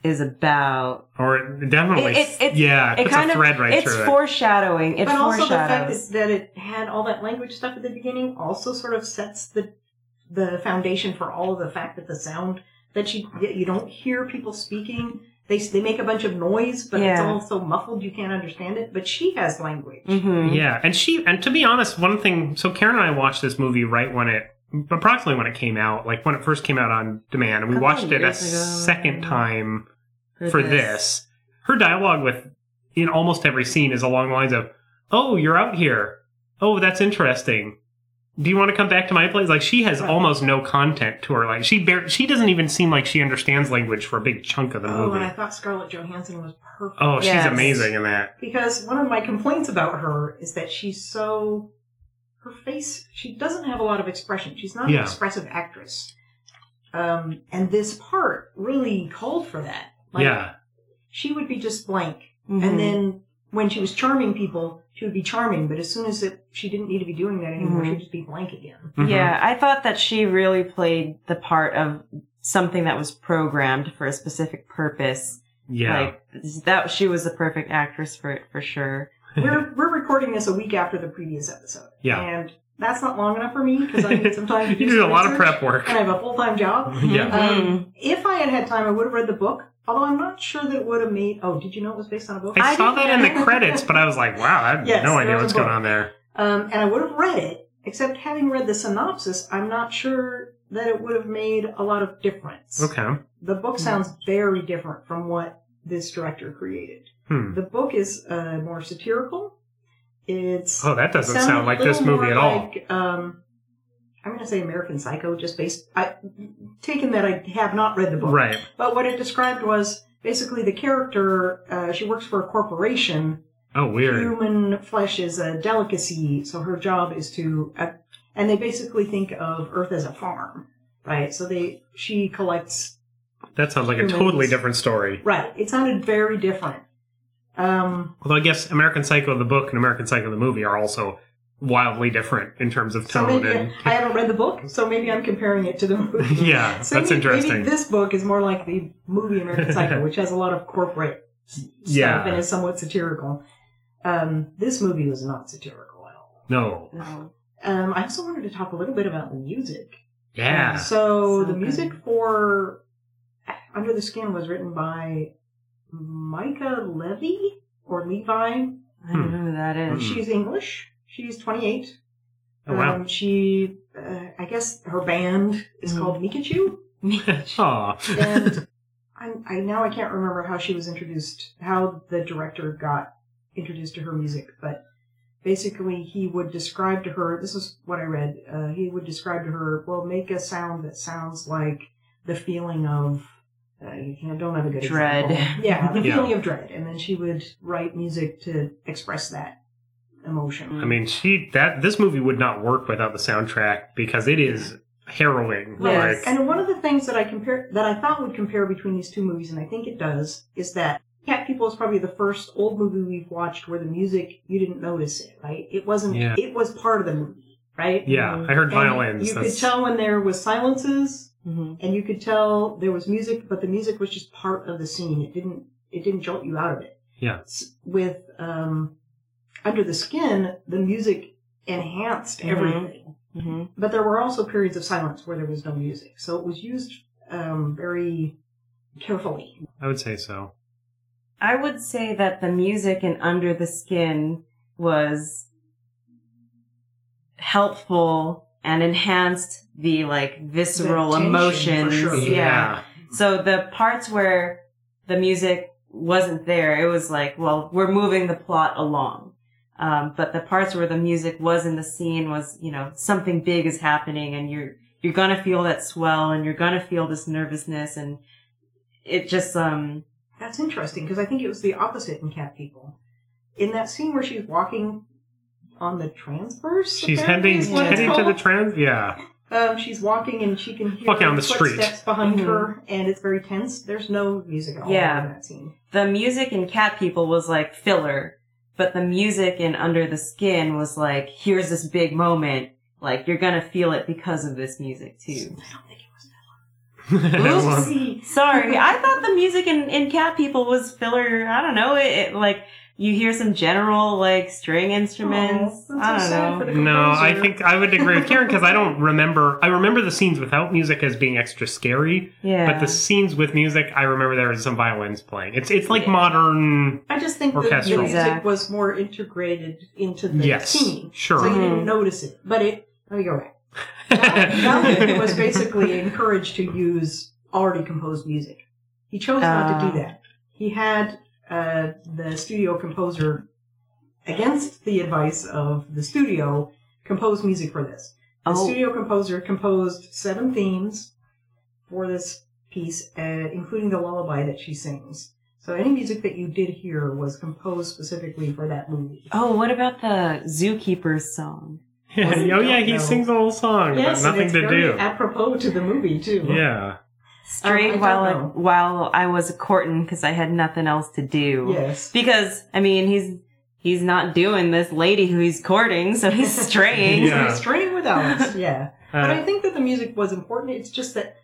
is about. Or it definitely. It- it- it- yeah, it it puts kind a of- thread right it's through it. foreshadowing. It but also the fact foreshadows. that, that it had all that language stuff at the beginning also sort of sets the the foundation for all of the fact that the sound that you that you don't hear people speaking. They they make a bunch of noise, but it's Yeah. all so muffled you can't understand it. But she has language. Mhm. Yeah. And she, and to be honest, one thing, so Karen and I watched this movie right when it, approximately when it came out, like when it first came out on demand. And we Couple watched it a years ago. second time for this. Her dialogue with in almost every scene is along the lines of, "Oh, you're out here. Oh, that's interesting. Do you want to come back to my place?" Like she has Right. almost no content to her. Like she bar- she doesn't even seem like she understands language for a big chunk of the Oh, and I movie. thought Scarlett Johansson was perfect. Oh, she's Yes. amazing in that. Because one of my complaints about her is that she's so. Her face, she doesn't have a lot of expression. She's not Yeah. an expressive actress. Um, and this part really called for that. Like, yeah, She would be just blank. Mhm. And then when she was charming people, she would be charming. But as soon as it, she didn't need to be doing that anymore, Mhm. she'd just be blank again. Mhm. Yeah, I thought that she really played the part of something that was programmed for a specific purpose. yeah. Like that she was the perfect actress for it for sure. we're, we're recording this a week after the previous episode. Yeah. And that's not long enough for me because I need some time to do you did a some lot of research. prep work. and I have a full time job. yeah. Um, if I had had time, I would have read the book. Although I'm not sure that it would have made. Oh, did you know it was based on a book? I, I saw didn't that in know. the credits, but I was like, "Wow, I have Yes, no idea there's a what's going book. on there." Um, and I would have read it, except having read the synopsis, I'm not sure that it would have made a lot of difference. Okay. The book sounds very different from what this director created. Hmm. The book is uh, more satirical. It's Oh, that doesn't sounded sound like a this little more movie at all. like, um, I'm going to say American Psycho, just based. I, taken that I have not read the book. Right. But what it described was basically the character, uh, she works for a corporation. Oh, weird. Human flesh is a delicacy, so her job is to. Uh, and they basically think of Earth as a farm, right? So they she collects. That sounds like a Humans. totally different story. Right. It sounded very different. Um, Although I guess American Psycho the book and American Psycho the movie are also wildly different in terms of so tone maybe and I haven't read the book, so maybe I'm comparing it to the movie. yeah, So that's maybe- interesting. Maybe this book is more like the movie American Psycho, which has a lot of corporate Yeah. stuff and is somewhat satirical. Um, this movie was not satirical at all. no, No. Um, I also wanted to talk a little bit about the music. yeah, So, So the good. music for Under the Skin was written by Micah Levy or Levi. I don't know who that is. Hmm. She's English. She's 28. oh wow, Um, she, uh, I guess her band is Mhm. called Mikachu. Aw. and I, I now I can't remember how she was introduced, how the director got introduced to her music, but basically he would describe to her this is what i read uh, he would describe to her well make a sound that sounds like the feeling of uh, I don't have a good Dread. example. yeah the Yeah. feeling of dread and then she would write music to express that emotion I mean, she that this movie would not work without the soundtrack because it is harrowing. Yes. Like, And one of the things that I compare that I thought would compare between these two movies, and I think it does, is that Cat People is probably the first old movie we've watched where the music you didn't notice it, right? It wasn't. Yeah. It was part of the movie, right? yeah, I heard And violins. You That's, could tell when there was silences, hmm and you could tell there was music, but the music was just part of the scene. It didn't. It didn't jolt you out of it. Yeah. S- With um, Under the Skin, the music enhanced Mhm. everything hmm but there were also periods of silence where there was no music. So it was used um, very carefully. I would say so. I would say that the music in Under the Skin was helpful and enhanced the like visceral The tension, emotions. for sure. yeah. So the parts where the music wasn't there, it was like, well, we're moving the plot along. Um, but the parts where the music was in the scene was, you know, something big is happening and you're, you're gonna feel that swell and you're gonna feel this nervousness and it just, um, That's interesting because I think it was the opposite in Cat People. In that scene where she's walking on the transverse, she's apparently heading is what it's heading to the called. trans. Yeah, um, she's walking and she can hear Walking on the street. footsteps behind Mhm. her, and it's very tense. There's no music at all Yeah. in that scene. the music in Cat People was like filler, but the music in Under the Skin was like, here's this big moment, like you're gonna feel it because of this music too. I don't think it was. Well, Oopsie. Sorry, I thought the music in, in Cat People was filler. I don't know. It, it like you hear some general like string instruments. Aw, that's I don't so sad know. for the no, I composer. think I would agree with Karen because I don't remember. I remember the scenes without music as being extra scary, yeah, but the scenes with music, I remember there was some violins playing. It's it's like Yeah. modern. I just think that the Orchestral. music Exact. was more integrated into the yes, scene. sure. So you Mhm. didn't notice it. But it, let me go back. Dalton was basically encouraged to use already composed music. He chose not to do Ah. that. He had uh, the studio composer, against the advice of the studio, compose music for this. The oh, studio composer composed seven themes for this piece, uh, including the lullaby that she sings. So any music that you did hear was composed specifically for that movie. oh, what about the zookeeper's song? Yeah, oh yeah, he No. sings a whole song, Yes, but and nothing it's to very do. Apropos to the movie too. yeah, Oh, I Straight don't while know. I, while I was courting because I had nothing else to do. Yes. Because I mean he's he's not doing this lady who he's courting, so he's straying. Yeah. Straying with Alice. Yeah. but I uh, think that the music was important. It's just that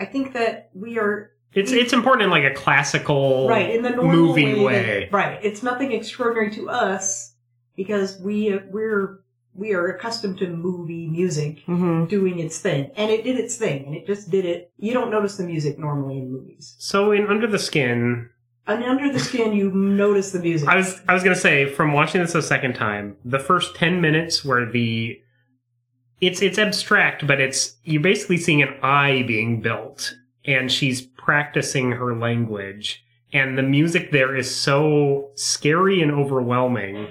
I think that we are it's it's important in like a classical right in the normal movie way, that- Oh, way. right it's nothing extraordinary to us because we we're we are accustomed to movie music Mm-hmm. hmm doing its thing and it did its thing and it just did it you don't notice the music normally in movies So in Under the Skin, and under the skin you notice the music I was I was gonna say from watching this a second time, the first ten minutes where the it's it's abstract, but it's you're basically seeing an eye being built, and she's practicing her language, and the music there is so scary and overwhelming.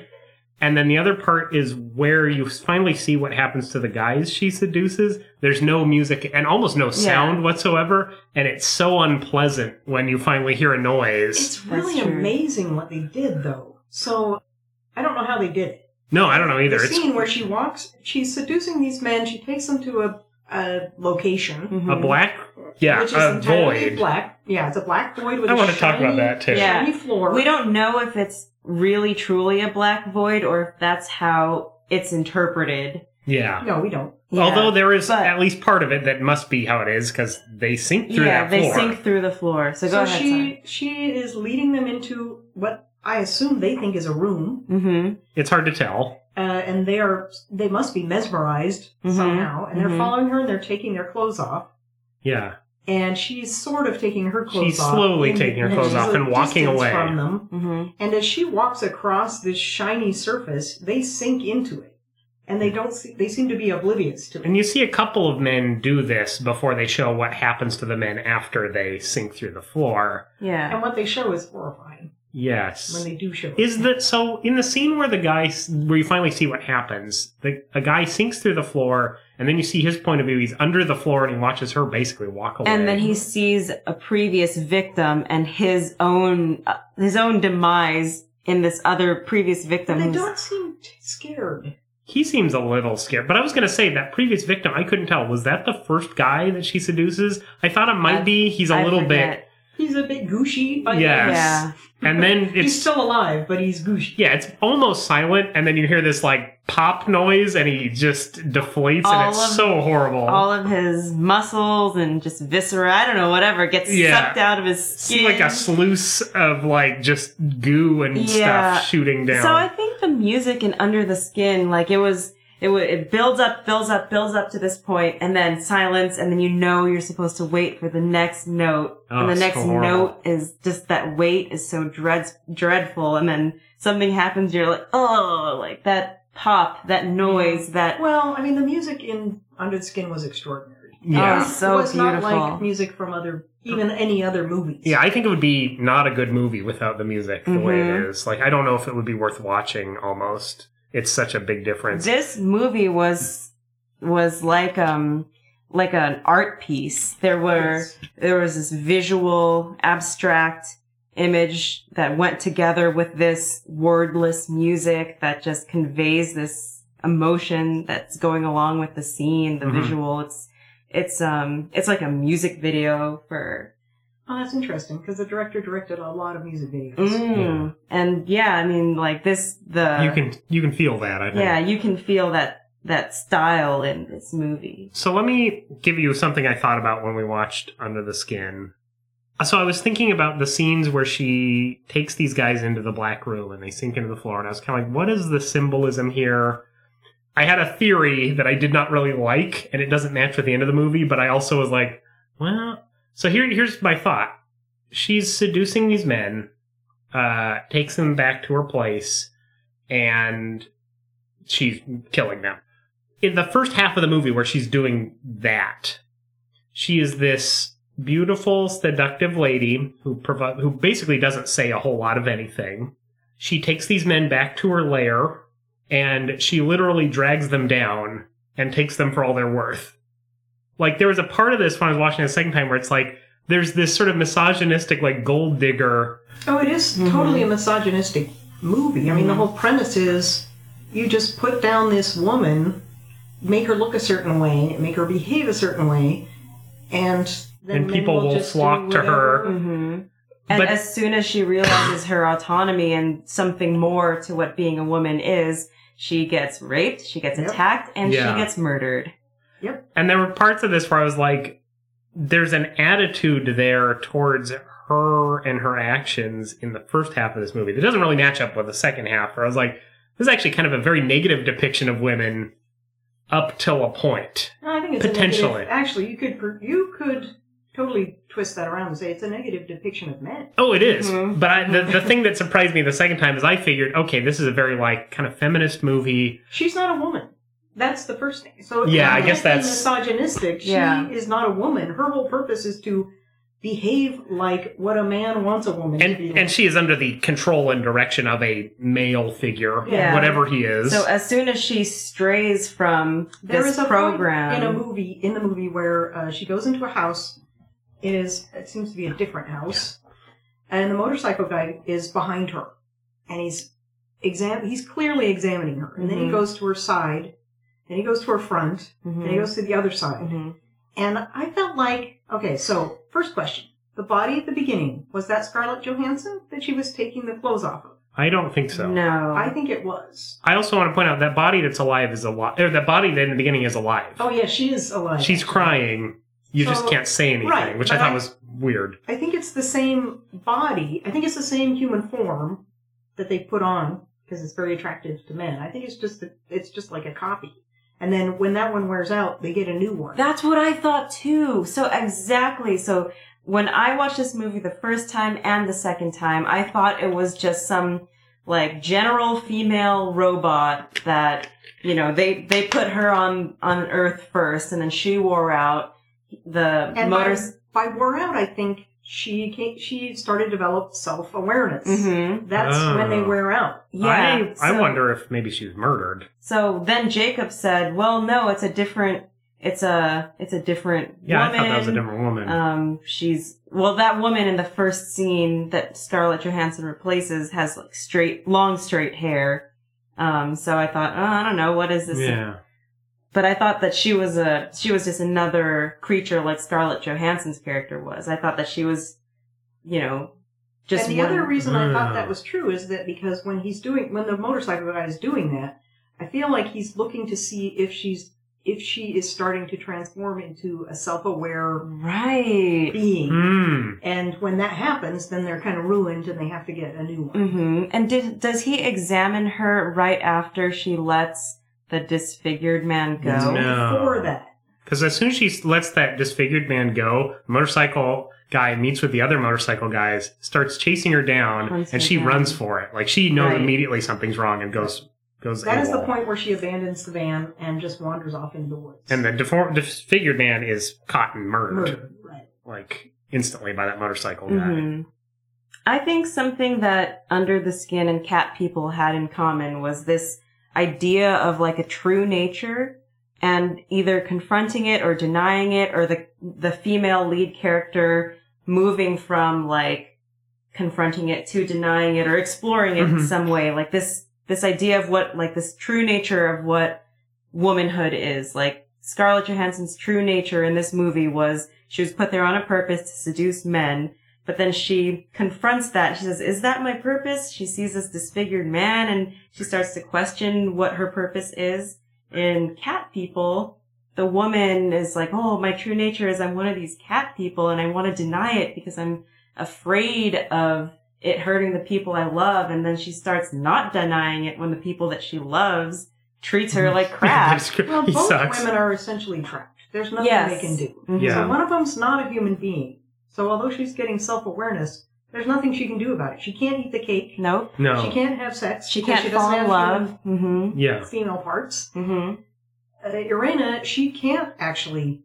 And then the other part is where you finally see what happens to the guys she seduces. There's no music and almost no sound whatsoever, and it's so unpleasant when you finally hear a noise. it's really That's true. amazing what they did though so i don't know how they did it no, I don't know either. the It's scene where she walks she's seducing these men she takes them to a, a location a Hmm. Mm-hmm. black Mm-hmm. yeah which is a entirely void black yeah it's a black void with i a want to talk shiny- about that too Yeah. shiny floor We don't know if it's really truly a black void or if that's how it's interpreted. yeah, no we don't Yeah. although there is but- at least part of it that must be how it is because they sink through yeah, that they floor sink through the floor. So, go so ahead. she she is leading them into what I assume they think is a room, Mm-hmm. it's hard to tell uh, and they are they must be mesmerized Mhm. somehow, and they're Mhm. following her and they're taking their clothes off, yeah and she's sort of taking her clothes She's off. slowly in- taking her in- clothes she's off a and walking distance away. from them. Mm-hmm. And as she walks across this shiny surface, they sink into it, and they don't see, they seem to be oblivious to it. and you see a couple of men do this before they show what happens to the men after they sink through the floor Yeah. And what they show is horrifying. Yes. when they do show up. Is that so? In the scene where the guy, where you finally see what happens, the a guy sinks through the floor, and then you see his point of view. He's under the floor, and he watches her basically walk away. And then he sees a previous victim and his own uh, his own demise in this other previous But victim. they who's- don't seem t- scared. he seems a little scared. But I was going to say that previous victim, I couldn't tell. Was that the first guy that she seduces? I thought it might I- be. He's a I little forget. He's a bit gooshy. By the Yes. end. Yeah. bit, and then he's it's still alive, but he's gooshy. yeah, it's almost silent, and then you hear this like pop noise, and he just deflates, All and it's of- so horrible. All of his muscles and just viscera, I don't know, whatever, gets Yeah. sucked out of his It's skin. like a sluice of like just goo and Yeah. stuff shooting down. So I think the music in Under the Skin, like it was, it wa it builds up, builds up, builds up to this point, and then silence, and then you know you're supposed to wait for the next note, Oh, and the it's next so horrible. note is just that wait is so dread dreadful, and then something happens, you're like, oh, like that pop, that noise, Mm-hmm. that Well, I mean, the music in Under the Skin was extraordinary. yeah. Oh, so it was not beautiful. like music from other, even any other movies. Yeah, I think it would be not a good movie without the music the way Mm-hmm. it is. Like, I don't know if it would be worth watching almost. It's such a big difference. this movie was was like um like an art piece. There were. there was this visual abstract image that went together with this wordless music that just conveys this emotion that's going along with the scene the Mhm. visual it's it's um it's like a music video for Oh, that's interesting because the director directed a lot of music videos. Mm. and yeah i mean like this the you can you can feel that, I think. Uh, yeah you can feel that that style in this movie So let me give you something I thought about when we watched Under the Skin. So I was thinking about the scenes where she takes these guys into the black room and they sink into the floor, and I was kind of like, what is the symbolism here? I had a theory that I did not really like, and it doesn't match with the end of the movie, but I also was like, well. So here, here's my thought. She's seducing these men, uh, takes them back to her place, and she's killing them in the first half of the movie where she's doing that, she is this beautiful, seductive lady who provi- who basically doesn't say a whole lot of anything. She takes these men back to her lair and she literally drags them down and takes them for all they're worth. Like there was a part of this when I was watching it the second time where it's like there's this sort of misogynistic like gold digger Oh, it is Mm-hmm. totally a misogynistic movie. I mean, the whole premise is you just put down this woman, make her look a certain way, make her behave a certain way, and then And men people will just flock do to her. whatever. mm-hmm. and But- as soon as she realizes her autonomy and something more to what being a woman is she gets raped she gets Yep. attacked and Yeah. she gets murdered And there were parts of this where I was like, there's an attitude there towards her and her actions in the first half of this movie that doesn't really match up with the second half, where I was like, this is actually kind of a very negative depiction of women up till a point. No, I think it's A Potentially. negative, actually, you could per- you could totally twist that around and say it's a negative depiction of men. Oh, it is. Mhm. But I, the, the thing that surprised me the second time is I figured, okay, this is a very like kind of feminist movie. She's not a woman. That's the first thing. So Yeah, if I you guess can't be that's- misogynistic. She Yeah. is not a woman. Her whole purpose is to behave like what a man wants a woman to be And, like. and she is under the control and direction of a male figure, Yeah. whatever he is. so uh, as soon as she strays from There this is a program point in a movie in the movie where uh, she goes into a house. It is it seems to be a different house, and the motorcycle guy is behind her, and he's exam he's clearly examining her, and then he Mhm. goes to her side, then he goes to her front, Mhm. and he goes to the other side, Mhm. and I felt like okay, so first question. The body at the beginning was that Scarlett Johansson that she was taking the clothes off of. I don't think so. no I think it was. I also want to point out that body that's alive is alive. Or that body that in the beginning is alive. Oh yeah, she is alive. She's crying. You just So- can't say anything, right, which I but thought I- was weird. I think it's the same body. I think it's the same human form that they put on because it's very attractive to men. I think it's just it's just like a copy. And then when that one wears out, they get a new one. That's what I thought too. So exactly. So when I watched this movie the first time and the second time, I thought it was just some like general female robot that you know they they put her on on Earth first, and then she wore out the and motor. by, by wore out, I think she came, she started to develop self awareness. Mm-hmm. That's when they Oh. wear out. Yeah. I, I so- wonder if maybe she was murdered. So then Jacob said, "Well, no, it's a different. It's a it's a different Yeah, woman. I thought that was a different woman. Oh, Um, she's well, that woman in the first scene that Scarlett Johansson replaces has like straight, long straight hair. Um, so I thought, oh, I don't know, what is this? yeah. But I thought that she was a she was just another creature like Scarlett Johansson's character was. I thought that she was, you know, just and the one- other reason I thought Mm. that was true is that because when he's doing when the motorcycle guy is doing that, I feel like he's looking to see if she's if she is starting to transform into a self aware right. being. Hmm. And when that happens, then they're kind of ruined and they have to get a new one. Mm-hmm. And did does he examine her right after she lets the disfigured man go? No. Before that. Because as soon as she lets that disfigured man go, motorcycle guy meets with the other motorcycle guys, starts chasing her down, Runs and her she down. runs for it. Like she knows Right. immediately something's wrong and goes goes. That is the AWOL. point where she abandons the van and just wanders off into the woods. And the deform- disfigured man is caught and murdered, Murdered, right. like instantly by that motorcycle guy. Mhm. I think something that Under the Skin and Cat People had in common was this idea of like a true nature and either confronting it or denying it or the the female lead character moving from like confronting it to denying it or exploring it in Mhm. some way like this this idea of what like this true nature of what womanhood is like Scarlett Johansson's true nature in this movie was she was put there on a purpose to seduce men but then she confronts that. She says, Is that my purpose? She sees this disfigured man and she starts to question what her purpose is. In cat people, the woman is like, Oh, my true nature is I'm one of these cat people and I want to deny it because I'm afraid of it hurting the people I love. And then she starts not denying it when the people that she loves treats her like crap. That's- Well, he both sucks. women are essentially trapped. There's nothing Yes. they can do. Mhm. Yeah. So one of them's not a human being. So although she's getting self awareness, there's nothing she can do about it. She can't eat the cake. Nope. no. She can't have sex. She because can't doesn't fall in have love. Mm Yeah. human Female parts. hmm. Mm hmm. Uh, Irena, she can't actually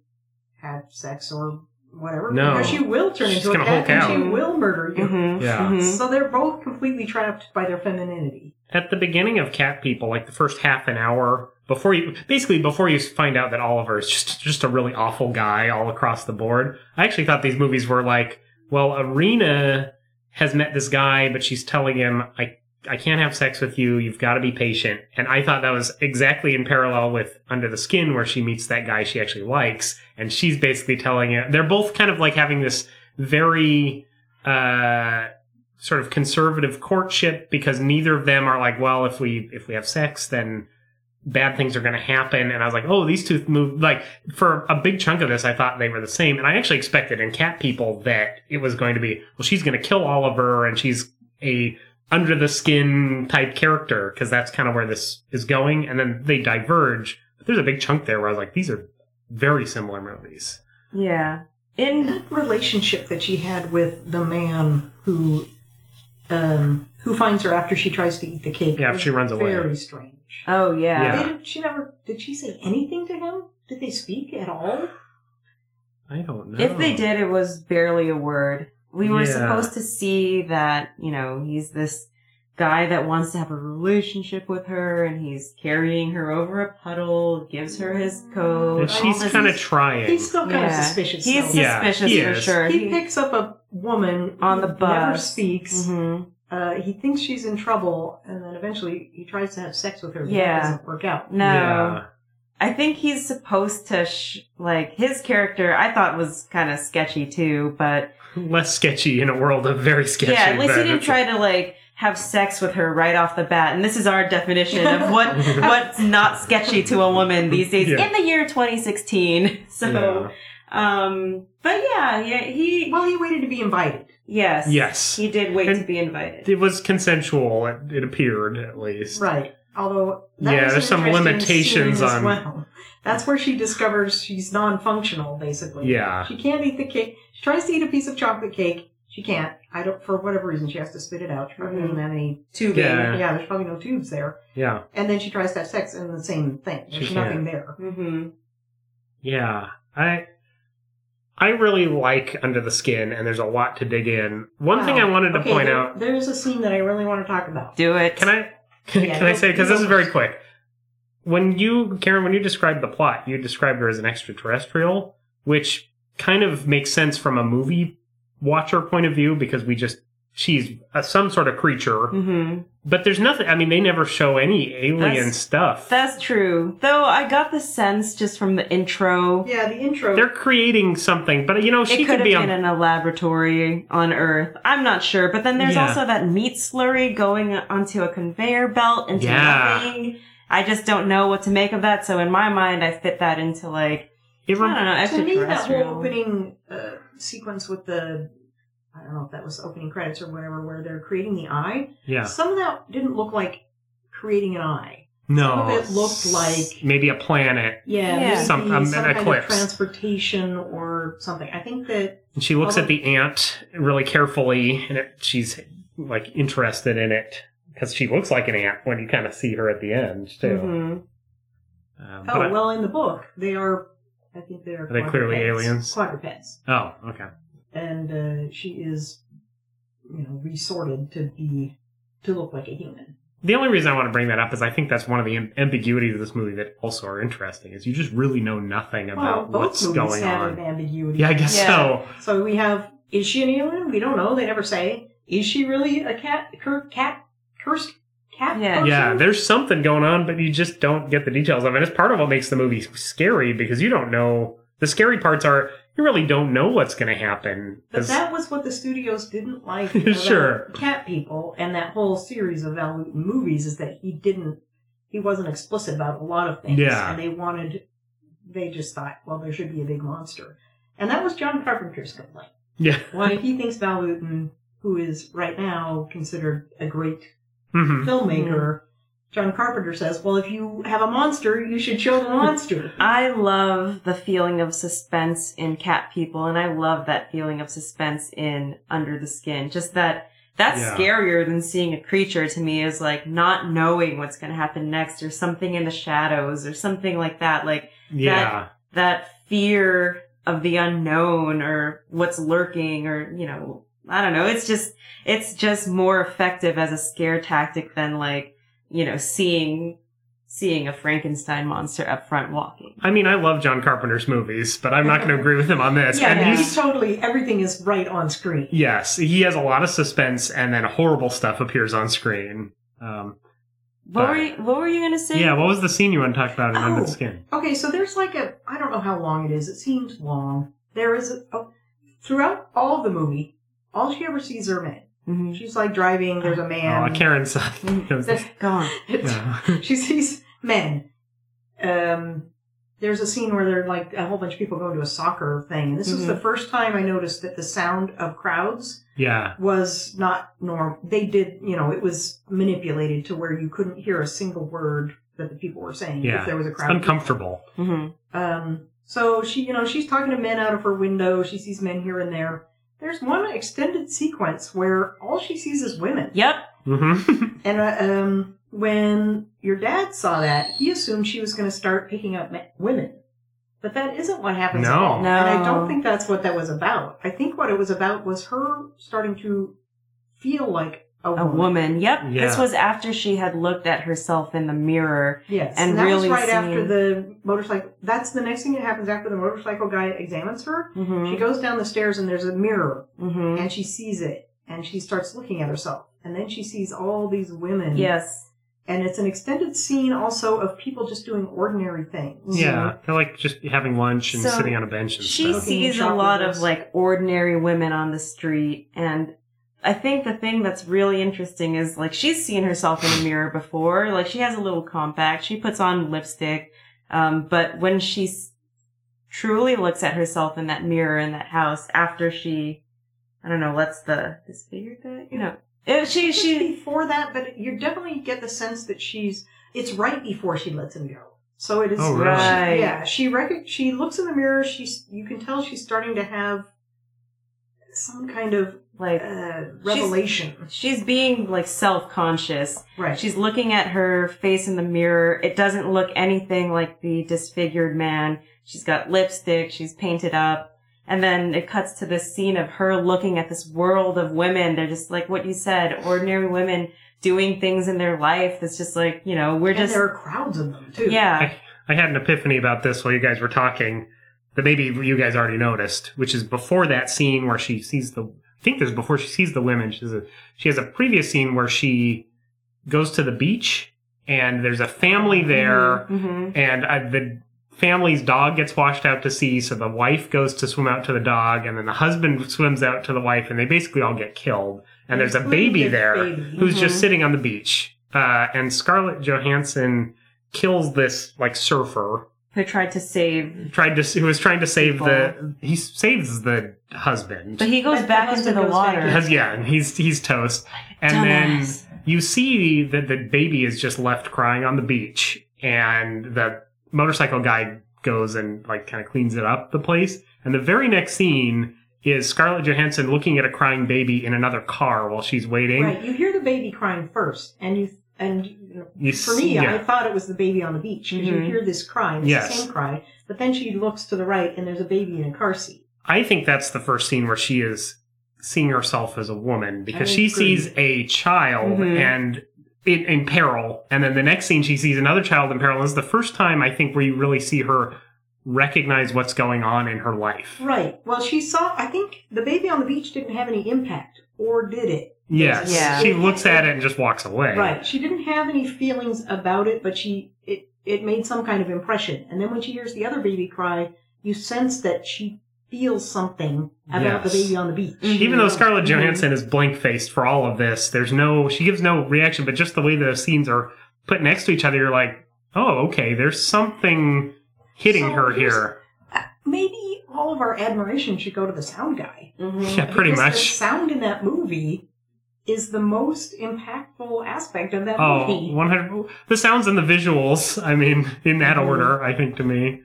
have sex or whatever No. because she will turn She's into a gonna cat Hulk and out. she will murder you. Mm hmm. Yeah. So they're both completely trapped by their femininity. At the beginning of Cat People, like the first half an hour before you, basically before you find out that Oliver is just just a really awful guy all across the board. I actually thought these movies were like, well, Arena has met this guy, but she's telling him, I I can't have sex with you. You've got to be patient. And I thought that was exactly in parallel with Under the Skin, where she meets that guy she actually likes, and she's basically telling him. They're both kind of like having this very. uh sort of conservative courtship because neither of them are like, well, if we if we have sex, then bad things are going to happen. And I was like, oh, these two move like for a big chunk of this, I thought they were the same, and I actually expected in Cat People that it was going to be, well, she's going to kill Oliver, and she's a under the skin type character because that's kind of where this is going, and then they diverge. But there's a big chunk there where I was like, these are very similar movies. Yeah. In That relationship that she had with the man who um, who finds her after she tries to eat the cake. Yeah, after was she runs away. Very strange. Oh yeah. Yeah. They didn't, she never did. She say anything to him? Did they speak at all? I don't know If they did, it was barely a word. We were Yeah. supposed to see that, you know, he's this guy that wants to have a relationship with her and he's carrying her over a puddle, gives her his coat. And all she's this kind of is- trying. He's still kind Yeah. of suspicious. He's though. Yeah, suspicious he for is. sure. He picks up a woman On the who bus. Never speaks. Mhm. Uh, he thinks she's in trouble, and then eventually he tries to have sex with her. but Yeah. that doesn't work out. No. Yeah. I think he's supposed to sh- like his character I thought was kind of sketchy too, but less sketchy in a world of very sketchy. yeah, at least he but- didn't try to like have sex with her right off the bat. And this is our definition of what what's not sketchy to a woman these days Yeah. in the year 2016. So, um, but yeah, yeah, he Well, he waited to be invited. yes, Yeah. yes, he did wait to And- be invited. it was consensual. It, it appeared at least. Right. Although that Yeah, was an there's some interesting limitations scene as on- well. That's where she discovers she's non-functional, basically. Yeah. She can't eat the cake. She tries to eat a piece of chocolate cake. She can't. I don't. For whatever reason, she has to spit it out. She probably doesn't have any. Tubing. Yeah. Yeah, there's probably no tubes there. Yeah. And then she tries to have sex, and the same thing. There's She can't. nothing there. Mm-hmm. Yeah. I I really like Under the Skin, and there's a lot to dig in. One thing I Wow. wanted to Okay, point there- out. There's a scene that I really want to talk about. Do it. Can I? Can, Yeah, can I go- say? Because this go is very quick. When you, Karen, when you described the plot, you described her as an extraterrestrial, which kind of makes sense from a movie watcher point of view because we just she's uh some sort of creature. Mm-hmm. But there's nothing. I mean, they never show any alien That's- stuff. That's true. Though I got the sense just from the intro, Yeah, the intro. They're creating something, but you know, she it could could have be been a in a laboratory on Earth. I'm not sure. But then there's Yeah. also that meat slurry going onto a conveyor belt into Yeah. nothing. I just don't know what to make of that. So in my mind, I fit that into like it I don't know to me, that extraterrestrial. whole opening uh, sequence with the I don't know if that was opening credits or whatever, where they're creating the eye. Yeah. Some of that didn't look like creating an eye. No. Some of it looked like- maybe a planet. Yeah, Yeah. maybe Some- some, um, an kind eclipse. of transportation or something. I think that And she looks at the ant really carefully, and it, she's like interested in it because she looks like an ant when you kind of see her at the end too. Mhm. Um, but I- oh well, in the book they are. I think they are. Are they clearly quadrupeds- aliens? Quadrupeds, oh, okay. and uh, she is, you know, resorted to be to look like a human. The only reason I want to bring that up is I think that's one of the am- ambiguities of this movie that also are interesting is you just really know nothing Well, about both what's movies going have on. an ambiguity. Yeah, I guess Yeah. so. So we have is she an alien? We don't know. They never say. Is she really a cat? Cur- cat cursed cat? Yeah. person? Yeah, there's something going on, but you just don't get the details of it. It's part of what makes the movie scary because you don't know. The scary parts are you really don't know what's going to happen. But 'Cause- that was what the studios didn't like. you know, about Sure. Cat people and that whole series of Val- movies is that he didn't. He wasn't explicit about a lot of things. Yeah. And they wanted. They just thought, well, there should be a big monster, and that was John Carpenter's complaint. yeah. Why he thinks Val Luton, who is right now considered a great hmm filmmaker, John Carpenter says, well, if you have a monster, you should show the monster. I love the feeling of suspense in Cat People, and I love that feeling of suspense in Under the Skin. Just that that's Yeah. scarier than seeing a creature to me is like not knowing what's going to happen next or something in the shadows or something like that. Like Yeah. that fear of the unknown or what's lurking or, you know, I don't know. It's just, it's just more effective as a scare tactic than like, you know, seeing, seeing a Frankenstein monster up front walking. I mean, I love John Carpenter's movies, but I'm not going to agree with him on this. yeah, and yeah. he's he's totally, everything is right on screen. yes, he has a lot of suspense, and then horrible stuff appears on screen. Um, What But- were you, what were you gonna say? yeah, what was the scene you want to talk about in Under the Oh. Skin? Okay, so there's like a, I don't know how long it is, it seems long. There is, a, oh, throughout all of the movie, all she ever sees are men. Mhm. She's like driving, there's a Oh, man. Karen's. There's- Go on. Yeah. she sees men. Um, there's a scene where they're like a whole bunch of people going to a soccer thing. And this is Mhm. Mm-hmm. the first time I noticed that the sound of crowds yeah. was not normal. They did, you know, it was manipulated to where you couldn't hear a single word that the people were saying Yeah. if there was a crowd. Uncomfortable. Mhm. um, so she, you know, she's talking to men out of her window. She sees men here and there. There's one extended sequence where all she sees is women. Yep. hmm And uh, um, when your dad saw that, he assumed she was going to start picking up men- women. But that isn't what happens. at No. all. And I No. don't think that's what that was about. I think what it was about was her starting to feel like a, A woman. Yep. This Oh. Yeah. was after she had looked at herself in the mirror. Yes. And And, that really was right seeing- after the motorcycle. That's the next thing that happens after the motorcycle guy examines her. She Mm-hmm. goes down the stairs and there's a mirror Mm-hmm. and she sees it and she starts looking at herself. And then she sees all these women. Yes. And it's an extended scene also of people just doing ordinary things. Yeah. They're like just having lunch and Mm-hmm. So, sitting on a bench and She stuff. sees a Shopping lot of list. like ordinary women on the street and I think the thing that's really interesting is like she's seen herself in a mirror before. Like she has a little compact. She puts on lipstick. Um, but when she s- truly looks at herself in that mirror in that house after she, I don't know, lets the disfigured guy, you know, if she, Just she, before that, but you definitely get the sense that she's. It's right before she lets him go. So it is. Oh, really? Right. Yeah, she rec- She looks in the mirror. She's. You can tell she's starting to have some kind of like, uh, revelation. she's being like self-conscious right. She's looking at her face in the mirror. It doesn't look anything like the disfigured man. She's got lipstick. She's painted up. And then it cuts to this scene of her looking at this world of women. They're just like what you said, ordinary women doing things in their life that's just like, you know, we're And just, there are crowds of them too. yeah. I, I had an epiphany about this while you guys were talking that maybe you guys already noticed, which is before that scene where she sees the. I think this is before she sees the women. She has a, she has a previous scene where she goes to the beach and there's a family there, hmm and I, the family's dog gets washed out to sea, so the wife goes to swim out to the dog, and then the husband swims out to the wife, and they basically all get killed. And there's a Including baby this there baby. Mm-hmm. who's Mhm. just sitting on the beach. Uh, and Scarlett Johansson kills this like surfer Who tried to save, tried to who was trying to save the he saves the husband but he goes But the back into husband the goes back water. in. Has- yeah and he's he's toast and Dumbass. then you see that the baby is just left crying on the beach and the motorcycle guy goes and like kind of cleans it up the place and the very next scene is Scarlett Johansson looking at a crying baby in another car while she's waiting Right. You hear the baby crying first, and you and you you for me, see, yeah. I thought it was the baby on the beach because you Mhm. hear this crying, it's the Yes. same cry. But then she looks to the right, and there's a baby in a car seat. I think that's the first scene where she is seeing herself as a woman because I she agree. Mm-hmm. sees a child Mhm. and in, in peril, and then the next scene she sees another child in peril. This is the first time I think where you really see her recognize what's going on in her life. Right. Well, she saw. I think the baby on the beach didn't have any impact, or did it? Yes, Yeah. she looks at it and just walks away. Right. She didn't have any feelings about it, but she it it made some kind of impression. And then when she hears the other baby cry, you sense that she feels something about the Yes. baby on the beach. Mhm. Even though Scarlett Mm-hmm. Mhm. Johansson is blank faced for all of this, there's no she gives no reaction, but just the way the scenes are put next to each other, you're like, oh, okay, there's something hitting So her here's- here. Uh, Maybe all of our admiration should go to the sound guy. Mhm. Yeah, pretty Because much. The sound in that movie is the most impactful aspect of that Oh, movie. 100 the sounds and the visuals i mean in that Mhm. order i think to me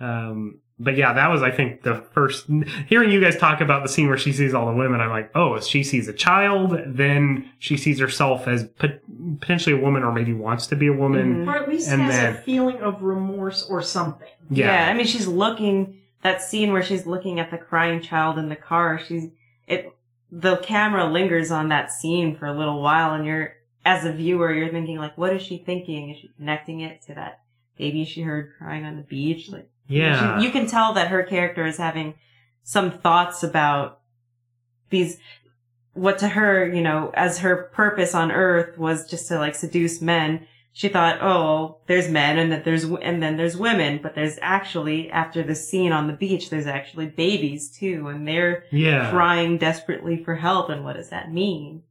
um but yeah that was i think the first hearing you guys talk about the scene where she sees all the women i'm like oh she sees a child then she sees herself as pot- potentially a woman or maybe wants to be a woman Mhm. Or at least And has a then- feeling of remorse or something. Yeah. yeah I mean, she's looking that scene where she's looking at the crying child in the car. She's it. The camera lingers on that scene for a little while, and you're as a viewer, you're thinking like, what is she thinking? Is she connecting it to that baby she heard crying on the beach? Like, yeah she- you can tell that her character is having some thoughts about these. What to her, you know, as her purpose on Earth was just to like seduce men. She thought, oh, there's men, and that there's and then there's women, but there's actually after the scene on the beach, there's actually babies too, and they're yeah crying desperately for help. And what does that mean?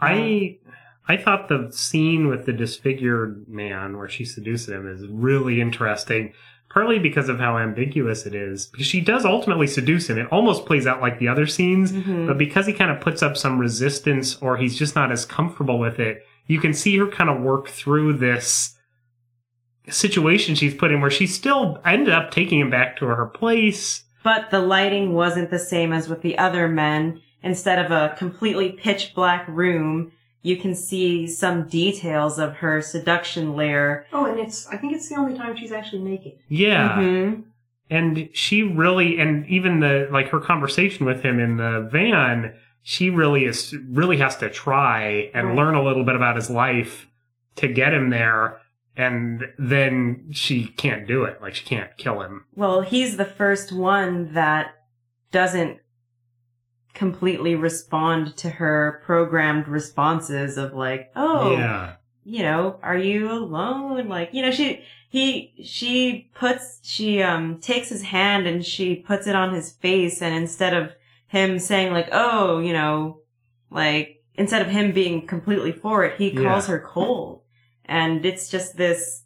I I thought the scene with the disfigured man where she seduces him is really interesting, partly because of how ambiguous it is. Because she does ultimately seduce him. It almost plays out like the other scenes, Mhm. but because he kind of puts up some resistance or he's just not as comfortable with it, you can see her kind of work through this situation she's put in where she still ended up taking him back to her place. But the lighting wasn't the same as with the other men. Instead of a completely pitch black room, you can see some details of her seduction lair. Oh, and it's I think it's the only time she's actually naked. Yeah. hmm and she really and even the like her conversation with him in the van she really is really has to try and Right. learn a little bit about his life to get him there and then she can't do it like she can't kill him Well, he's the first one that doesn't completely respond to her programmed responses of like, oh, yeah you know, are you alone? Like, you know, she, he, she puts, she, um, takes his hand and she puts it on his face. And instead of him saying like, oh, you know, like, instead of him being completely for it, he calls her cold. And it's just this,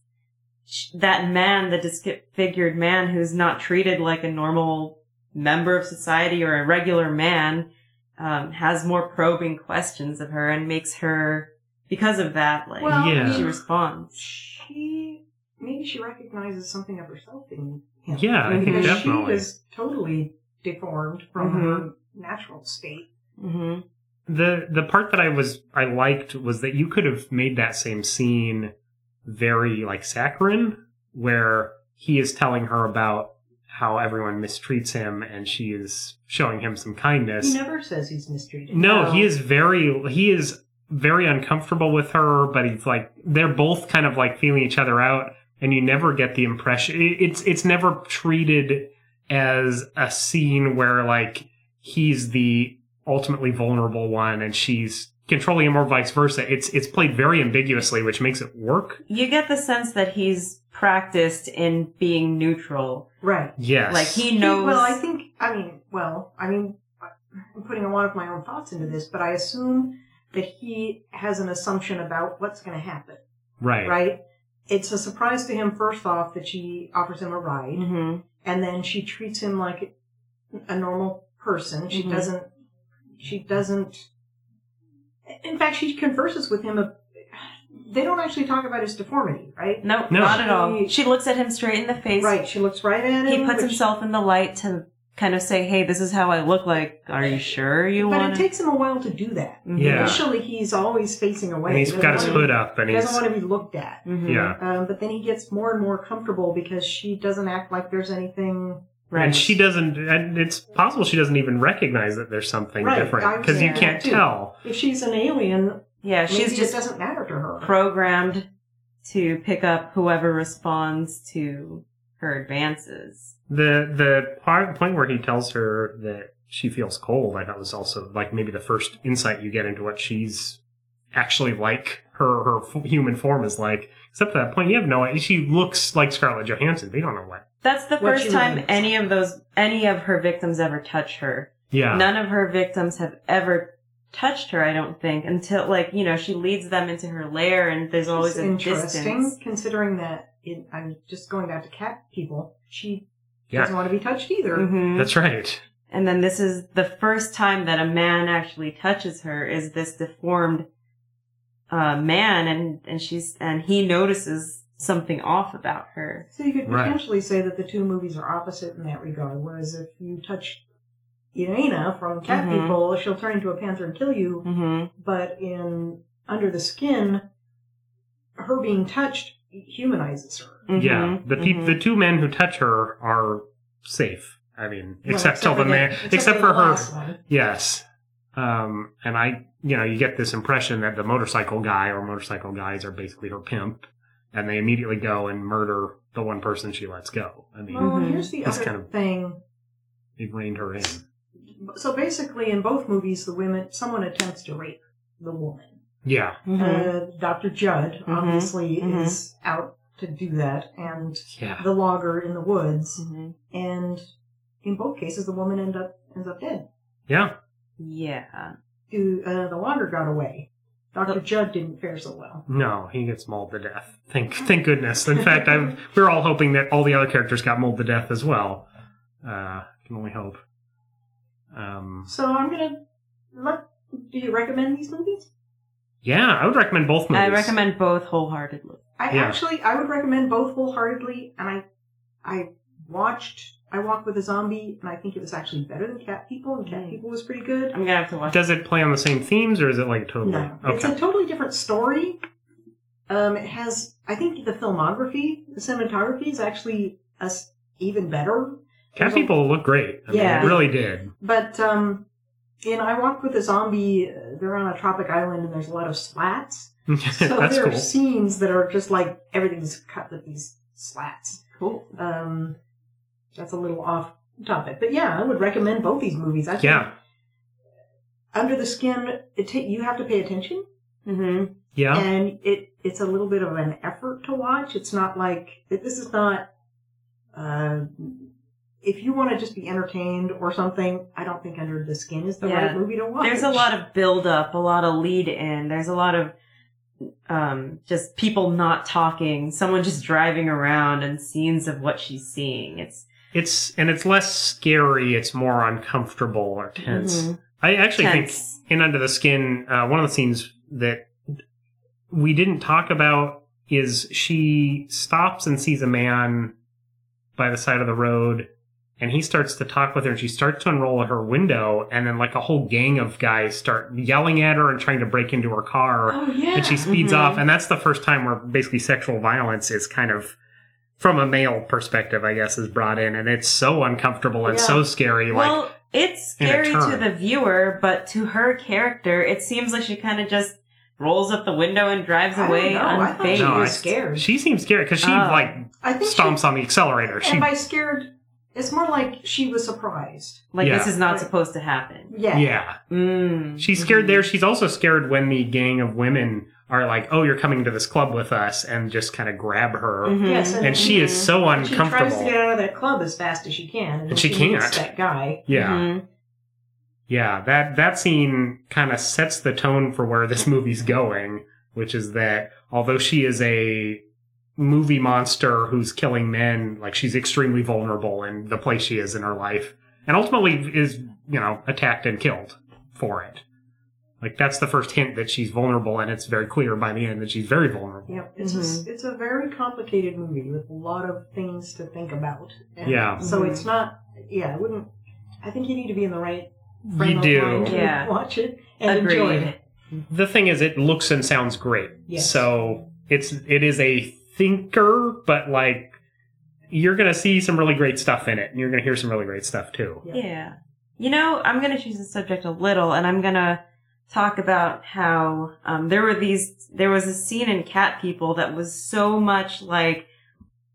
sh- that man, the disfigured man who's not treated like a normal member of society or a regular man, um, has more probing questions of her and makes her, because of that, like, Well, Yeah. she responds. She maybe she recognizes something of herself in him. yeah i think because definitely Mm-hmm. she was totally deformed from her natural state. hmm the the part that i was i liked was that you could have made that same scene very like saccharine where he is telling her about how everyone mistreats him, and she is showing him some kindness. He never says he's mistreated. No, No. he is very he is very uncomfortable with her, but he's like they're both kind of like feeling each other out, and you never get the impression it- it's it's never treated as a scene where like he's the ultimately vulnerable one and she's controlling him or vice versa. It's it's played very ambiguously, which makes it work. You get the sense that he's practiced in being neutral. Right. Yes, Like he knows. He- well, I think, I mean, well, I mean, I'm putting a lot of my own thoughts into this, but I assume that he has an assumption about what's going to happen, right. right? It's a surprise to him, first off, that she offers him a ride, Mhm. and then she treats him like a normal person. She Mhm. doesn't, she doesn't, in fact, she converses with him. A, they don't actually talk about his deformity, right? No, No. not at all. She- She looks at him straight in the face. Right. She looks right at him. He puts which- himself in the light to kind of say, "Hey, this is how I look like. Are you sure you Mm-hmm. But want it takes him a while to do that. Yeah. Initially, he's always facing away. And he's He doesn't got his wanna- hood up, and He doesn't he's want to be looked at. Mm-hmm. yeah. Um, but then he gets more and more comfortable because she doesn't act like there's anything. Right. And she doesn't, and it's possible she doesn't even recognize that there's something Right, I different was because you there can't too. tell. If she's an alien, yeah, maybe she's it just doesn't matter to her. programmed to pick up whoever responds to her advances. The the part, point where he tells her that she feels cold, I thought was also like maybe the first insight you get into what she's actually like. Her her f- human form is like. Except for that point, you have no. idea. She looks like Scarlett Johansson. They don't know what. That's the What first she time means. any of those any of her victims ever touch her. Yeah, None of her victims have ever touched her, I don't think, until like, you know, she leads them into her lair and there's always It's a interesting, distance. considering that it, I'm just going back to cat people. She Yeah. doesn't want to be touched either. Mhm. that's right. And then this is the first time that a man actually touches her is this deformed uh, man and, and she's and he notices something off about her. So you could Right. potentially say that the two movies are opposite in that regard. Whereas if you touch Irena from Cat Mhm. People, she'll turn into a panther and kill you. hmm but in Under the Skin, her being touched humanizes her. Yeah, Mm-hmm. the mm-hmm. peop the two men who touch her are safe. I mean, Well, except till the for man, except, except for the her last one. Yes. Um, and I, you know, you get this impression that the motorcycle guy or motorcycle guys are basically her pimp, and they immediately go and murder the one person she lets go. I mean, Well, Mhm. here's the That's other kind of- thing. they've reined her in. So basically, in both movies, the women, someone attempts to rape the woman. Yeah. Mm-hmm. Uh, Dr. Judd Mhm. obviously Mhm. is out to do that, and Yeah. the logger in the woods, hmm and in both cases, the woman end up ends up dead. Yeah. Yeah. Who, uh, the logger got away. Dr. The- Judd didn't fare so well. No, he gets mauled to death. Thank, thank goodness. In fact, I'm, we we're all hoping that all the other characters got mauled to death as well. Uh, can only hope. Um, So I'm gonna let. Do you recommend these movies? yeah, I would recommend both movies. I recommend both wholeheartedly. I Yeah. actually I would recommend both wholeheartedly, and I I watched I Walked with a Zombie, and I think it was actually better than Cat People, and Cat Mm. People was pretty good. I'm gonna have to watch. Does it play on the same themes, or is it like totally? No, it's Okay. a totally different story. Um, it has I think the filmography, the cinematography is actually us even better. Cat people look great. I Yeah. mean, they really did. But um, in I Walked with a Zombie, uh, they're on a tropic island, and there's a lot of slats. So That's there cool. are scenes that are just like everything's cut with these slats. Cool. Um, that's a little off topic, but yeah, I would recommend both these movies. I think Yeah, Under the Skin, it ta- you have to pay attention, Mm-hmm. yeah, and it it's a little bit of an effort to watch. It's not like it, this is not. Uh, if you want to just be entertained or something, I don't think Under the Skin is the Yeah. right movie to watch. There's a lot of build up, a lot of lead in. There's a lot of um, just people not talking, someone just driving around, and scenes of what she's seeing. It's It's and it's less scary. It's more uncomfortable or tense. Mm-hmm. Mhm. I actually Tense. think in Under the Skin, uh, one of the scenes that we didn't talk about is she stops and sees a man by the side of the road, and he starts to talk with her, and she starts to unroll her window, and then like a whole gang of guys start yelling at her and trying to break into her car. Oh yeah. and she speeds Mhm. off and that's the first time where basically sexual violence is kind of from a male perspective, I guess, is brought in, and it's so uncomfortable and Yeah. so scary. Like, well, it's in a scary to turn. the viewer, but to her character, it seems like she kind of just rolls up the window and drives I don't away know. I thought unfazed. she No, was I- scared. she seems scary because she Oh. like I think she- stomps on the accelerator. She and by scared, it's more like she was surprised. like Yeah. this is not Right. supposed to happen. Yeah. yeah, Mm. she's scared Mm-hmm. Mhm. there. She's also scared when the gang of women are like, "Oh, you're coming to this club with us," and just kind of grab her, Mhm. Yes, and she is so Mm-hmm. She tries to uncomfortable. get out of that club as fast as she can, and, And she meets can't. That guy. yeah, Mm-hmm. Mhm. yeah. That that scene kind of sets the tone for where this movie's going, which is that although she is a movie monster who's killing men, like she's extremely vulnerable in the place she is in her life, and ultimately is you know attacked and killed for it. Like that's the first hint that she's vulnerable, and it's very clear by the end that she's very vulnerable. Yep. It's Mm-hmm. a, it's a very complicated movie with a lot of things to think about. And Yeah. So Mhm. it's not. Yeah, I wouldn't. I think you need to be in the right frame You of do. mind to Yeah. watch it and enjoy Agreed. it. the thing is it looks and sounds great Yes. so it's it is a thinker but like you're gonna see some really great stuff in it and you're gonna hear some really great stuff too Yeah. Yeah. You know, I'm going to change the subject a little and I'm going to talk about how um, there were these, there was a scene in Cat People that was so much like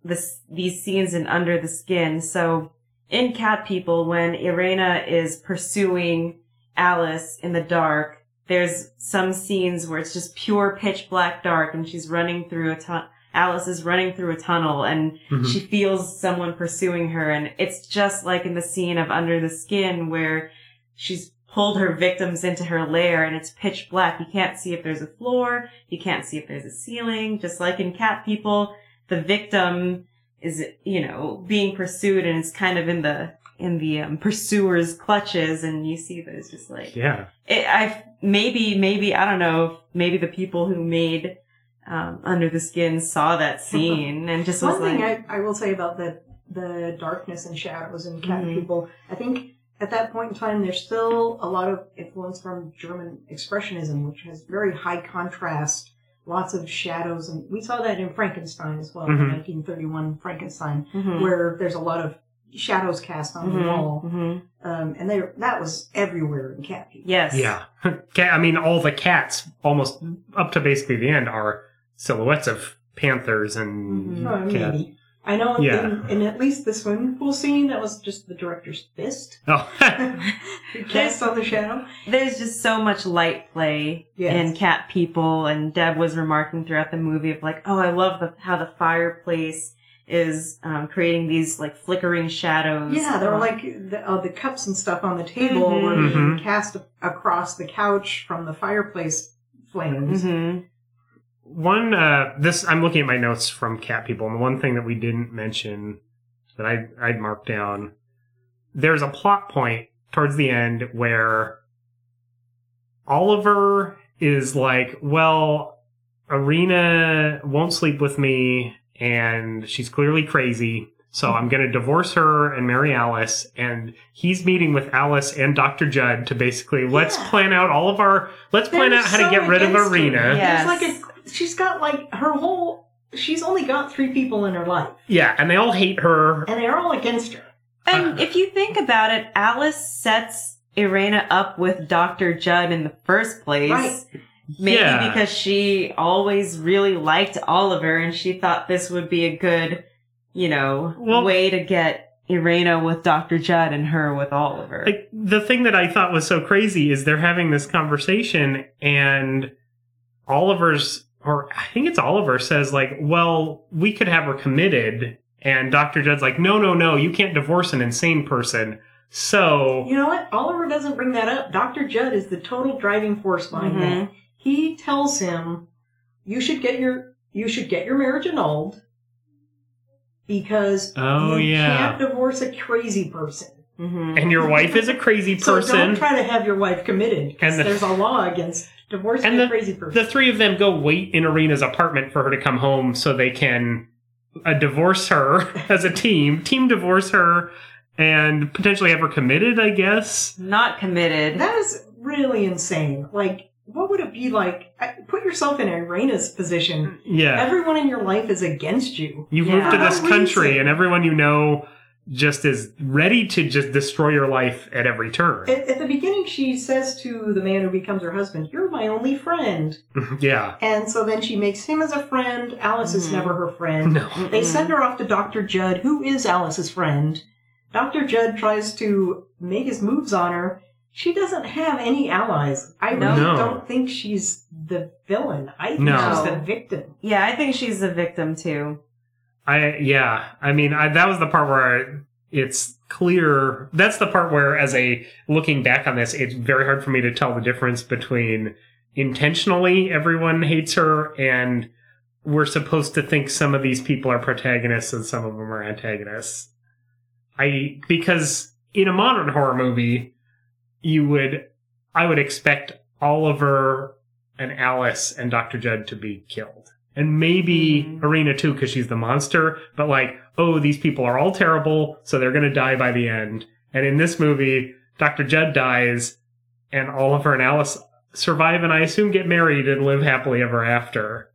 this, these scenes in Under the Skin. So in Cat People, when Irena is pursuing Alice in the dark, there's some scenes where it's just pure pitch black dark and she's running through a ton, Alice is running through a tunnel and Mm-hmm. Mm-hmm. she feels someone pursuing her and it's just like in the scene of under the skin where she's pulled her victims into her lair and it's pitch black you can't see if there's a floor you can't see if there's a ceiling just like in cat people the victim is you know being pursued and it's kind of in the in the um, pursuer's clutches and you see those just like yeah it, I maybe maybe I don't know maybe the people who made um, under the skin saw that scene and just was One thing like I, I will say about the the darkness and shadows and cat Mhm. people, I think at that point in time there's still a lot of influence from German expressionism, which has very high contrast, lots of shadows, and we saw that in Frankenstein as well, Mhm. 1931 Frankenstein, Mhm. where there's a lot of shadows cast on the wall, Mhm. um, and they that was everywhere in cat people. Yes. yeah Ca- i mean all the cats almost up to basically the end are silhouettes of panthers and Mhm. Oh, cat- maybe. I know Yeah. in, in at least this one full scene that was just the director's fist. oh Who cast on the shadow. There's just so much light play Yes. in Cat People, and Deb was remarking throughout the movie of like, oh, I love the, how the fireplace is um, creating these like flickering shadows. Yeah, there were Um, like the, uh, the cups and stuff on the table Mhm. were being Mhm. cast across the couch from the fireplace flames. Mhm. one uh this i'm looking at my notes from cat people and the one thing that we didn't mention that i i'd marked down there's a plot point towards the end where oliver is like well arena won't sleep with me and she's clearly crazy so i'm going to divorce her and marry alice and he's meeting with alice and dr judd to basically let's Yeah. plan out all of our let's plan They're out how to so get rid of against her. arena Yes. There's like a she's got like her whole she's only got three people in her life Yeah, and they all hate her. and they're all against her. And if you think about it, Alice sets Irena up with Dr. Judd in the first place. Right. Maybe yeah. because she always really liked Oliver and she thought this would be a good, you know, Well- way to get Irena with Dr. Judd and her with Oliver. like the thing that I thought was so crazy is they're having this conversation and Oliver's or I think it's Oliver says like, "Well, we could have her committed." And Dr. Judd's like, "No, no, no, you can't divorce an insane person." So, You know what? Oliver doesn't bring that up. Dr. Judd is the total driving force behind Mhm. that. Mm-hmm. He tells him, "You should get your you should get your marriage annulled because Oh, you yeah. can't divorce a crazy person. hmm and your wife is a crazy So don't person. try to have your wife committed because And the- there's a law against divorcing And a crazy person. the three of them go wait in Arena's apartment for her to come home so they can uh, divorce her as a team, team divorce her, and potentially have her committed, I guess. Not committed. that is really insane. Like what would it be like? I- Put yourself in Irina's position. Yeah. Everyone in your life is against you. You've Yeah. moved For to this what country reason? and everyone you know just is ready to just destroy your life at every turn. At, at the beginning, she says to the man who becomes her husband, "You're my only friend." yeah. And so then she makes him as a friend. Alice is Mhm. never her friend. Mm-hmm. No. Mm-hmm. They send her off to Dr. Judd, who is Alice's friend. Dr. Judd tries to make his moves on her. She doesn't have any allies. I No. really No. don't think she's the villain. I think No. she's the victim. Yeah, I think she's a victim too. I yeah. I mean, I, that was the part where it's clear. That's the part where, as a looking back on this, it's very hard for me to tell the difference between intentionally everyone hates her and we're supposed to think some of these people are protagonists and some of them are antagonists. I because in a modern horror movie, you would I would expect Oliver and Alice and Dr. Judd to be killed. And maybe Mhm. Arena too, because she's the monster, but like, oh, these people are all terrible, so they're gonna die by the end. And in this movie, Dr. Judd dies, and Oliver and Alice survive and I assume get married and live happily ever after.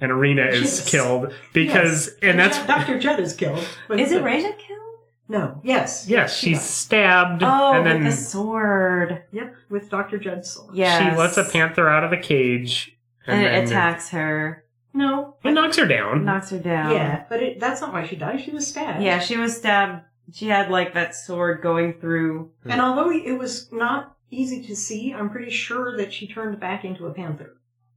And Arena is Jesus. killed because Yes. and that's Dr. Judd is killed. But Is it Raja killed? No. Yes. Yes, She she's dies. stabbed, Oh, and then with the sword. Yep, with Dr. Judd's sword. Yes. she lets a panther out of the cage, And it then attacks her, No. It knocks her down. knocks her down. Um, Yeah, but it, that's not why she died. She was stabbed. Yeah, she was stabbed. She had like that sword going through. And although it was not easy to see, I'm pretty sure that she turned back into a panther.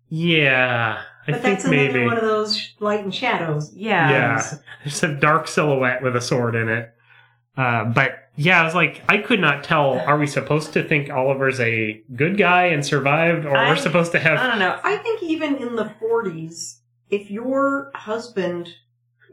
yeah, I but think that's another maybe one of those sh- light and shadows. Yeah. Yeah. there's a dark silhouette with a sword in it. Uh, but yeah, I was like, I could not tell. Are we supposed to think Oliver's a good guy and survived, or I- we're supposed to have I don't know. I think even in the 40s, if your husband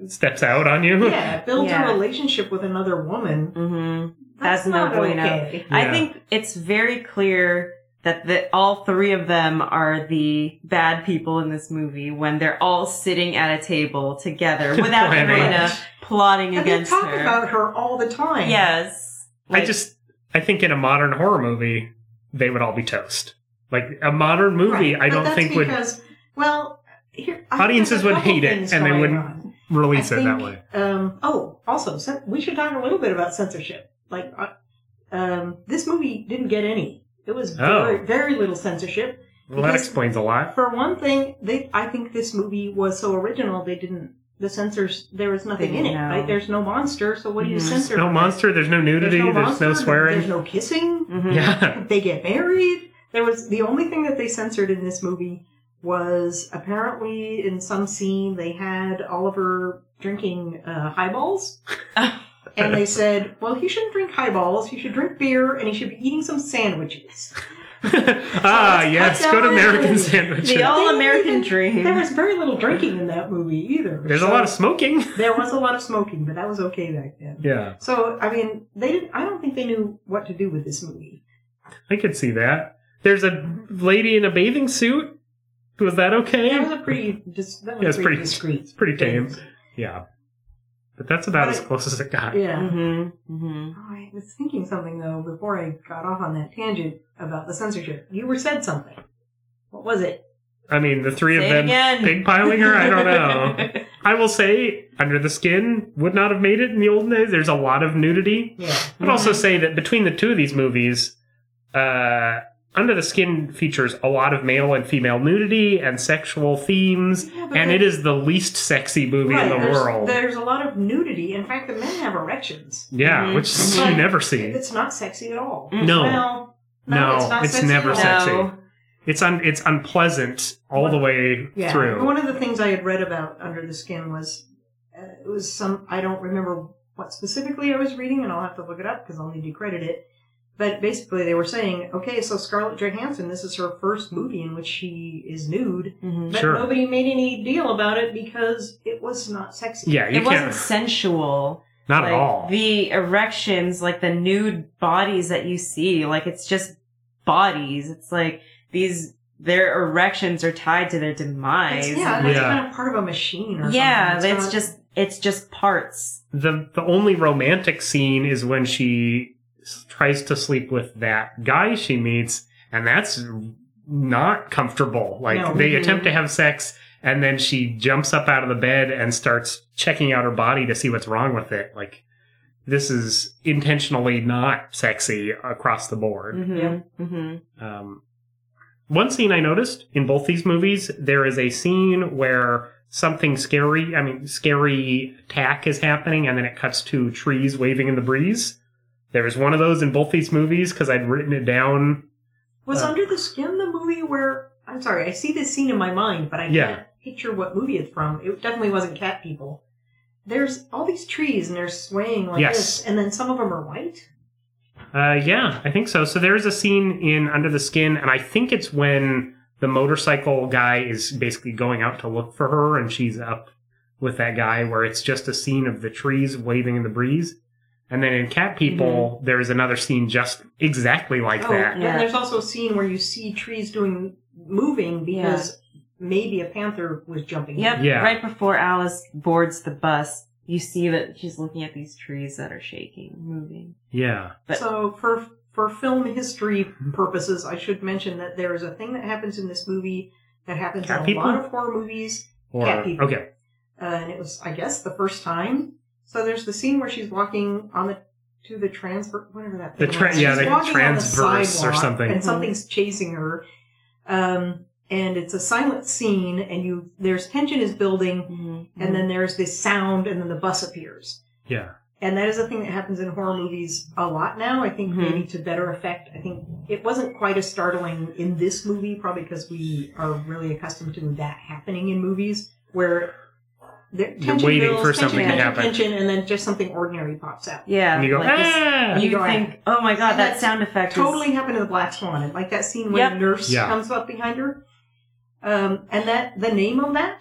steps out on you? yeah, builds Yeah. a relationship with another woman, hmm that's, That's no not bueno. okay. I Yeah. think it's very clear that the, all three of them are the bad people in this movie when they're all sitting at a table together without Planning. Irina plotting And they against talk her. about her all the time. yes. I Like, just I think in a modern horror movie they would all be toast. Like a modern movie, Right, I but don't that's think would because, Well, here, I think Audiences there's a would couple hate it, things and they going wouldn't on. release I it that think, way. Um, oh, also, cen- we should talk a little bit about censorship. Like, uh, um, this movie didn't get any. It was very, Oh. very little censorship. Well, that because- explains a lot. For one thing, they, I think this movie was so original they didn't. The censors, there was nothing in it. No. Like, there's no monster, so what do you Mhm. censor? No monster. There's no nudity. There's no, monster, swearing. There's no kissing. mhm. yeah. They get married. There was the only thing that they censored in this movie was apparently in some scene they had Oliver drinking uh, highballs. And they said, well, he shouldn't drink highballs. He should drink beer and he should be eating some sandwiches. ah, yes. Good down. American sandwiches. The all They American didn't dream. There was very little drinking in that movie either. There's a So lot of smoking. there was a lot of smoking, but that was okay back then. Yeah, So, I mean, they didn't, I don't think they knew what to do with this movie. I could see that. There's a lady in a bathing suit. Was that That was okay? a pretty, dis- that was Yeah, it's pretty, pretty- discreet. Pretty tame. Yeah, but that's about But as I- close as it got. Yeah. Mm-hmm. Mm-hmm. Oh, I was thinking something though before I got off on that tangent about the censorship. You were said something. What was it? I mean, the three Say of it them again. pigpiling her. I don't know. I will say, Under the Skin would not have made it in the olden days. There's a lot of nudity. Yeah. I'd Mm-hmm. also say that between the two of these movies, uh, Under the Skin features a lot of male and female nudity and sexual themes, Yeah, but and the- it is the least sexy movie Right, in the there's, world. There's a lot of nudity. In fact, the men have erections. yeah, Mhm. which Right. you never see. Mm-hmm. It's not sexy at all. Mm. Mm. No, Well, no, it's not it's sexy never at all. sexy. No. it's un- it's unpleasant all the way Yeah. through. One of the things I had read about Under the Skin was uh, it was some I don't remember what specifically I was reading, and I'll have to look it up because I'll need to credit it. But basically, they were saying, okay, so Scarlett Johansson, this is her first movie in which she is nude, Mhm. but Sure. nobody made any deal about it because it was not sexy. yeah, you It wasn't can't. sensual. Not like, at all. The erections, like the nude bodies that you see, like it's just bodies. It's like these their erections are tied to their demise. It's, yeah, and it's Yeah. kind of part of a machine or Yeah, something. it's not- just it's just parts. the the only romantic scene is when she s- tries to sleep with that guy she meets and that's not comfortable. Like No. they attempt to have sex and then she jumps up out of the bed and starts checking out her body to see what's wrong with it. Like this is intentionally not sexy across the board. Mm-hmm. Yeah. hmm Um, one scene I noticed in both these movies, there is a scene where something scary, I mean, scary attack is happening, and then it cuts to trees waving in the breeze. There was one of those in both these movies because I'd written it down. Was Uh, Under the Skin the movie where I'm sorry, I see this scene in my mind, but I Yeah. can't picture what movie it's from. It definitely wasn't Cat People. There's all these trees and they're swaying like Yes. this, and then some of them are white. Uh, yeah, I think so. So there's a scene in Under the Skin, and I think it's when the motorcycle guy is basically going out to look for her, and she's up with that guy, where it's just a scene of the trees waving in the breeze. And then in Cat People, there's another scene just exactly like Mm-hmm. oh, that. and Yeah. there's also a scene where you see trees doing moving because maybe a panther was jumping. Yep. Yeah. Right before Alice boards the bus, you see that she's looking at these trees that are shaking, moving. Yeah. But- so for for film history purposes, I should mention that there is a thing that happens in this movie that happens Cat in a people? lot of horror movies. Or Cat People. okay. uh, and it was I guess the first time. So there's the scene where she's walking on the to the transfer whatever that The thing tra- was. yeah, She's the walking on transverse or sidewalk, something. and something's chasing her. Um, and it's a silent scene, and you there's tension is building, Mm-hmm. and then there's this sound, and then the bus appears. Yeah. And that is a thing that happens in horror movies a lot now. I think Mhm. maybe to better effect. I think it wasn't quite as startling in this movie, probably because we are really accustomed to that happening in movies where the tension waiting builds, for tension, something to tension, happen. tension, and then just something ordinary pops out. yeah, And you go, like this- ah! you You go, think, oh my god, And that that's sound effect Totally is happened in the Black Swan, and like that scene where Yep. the nurse Yeah. comes up behind her, um, and that the name on that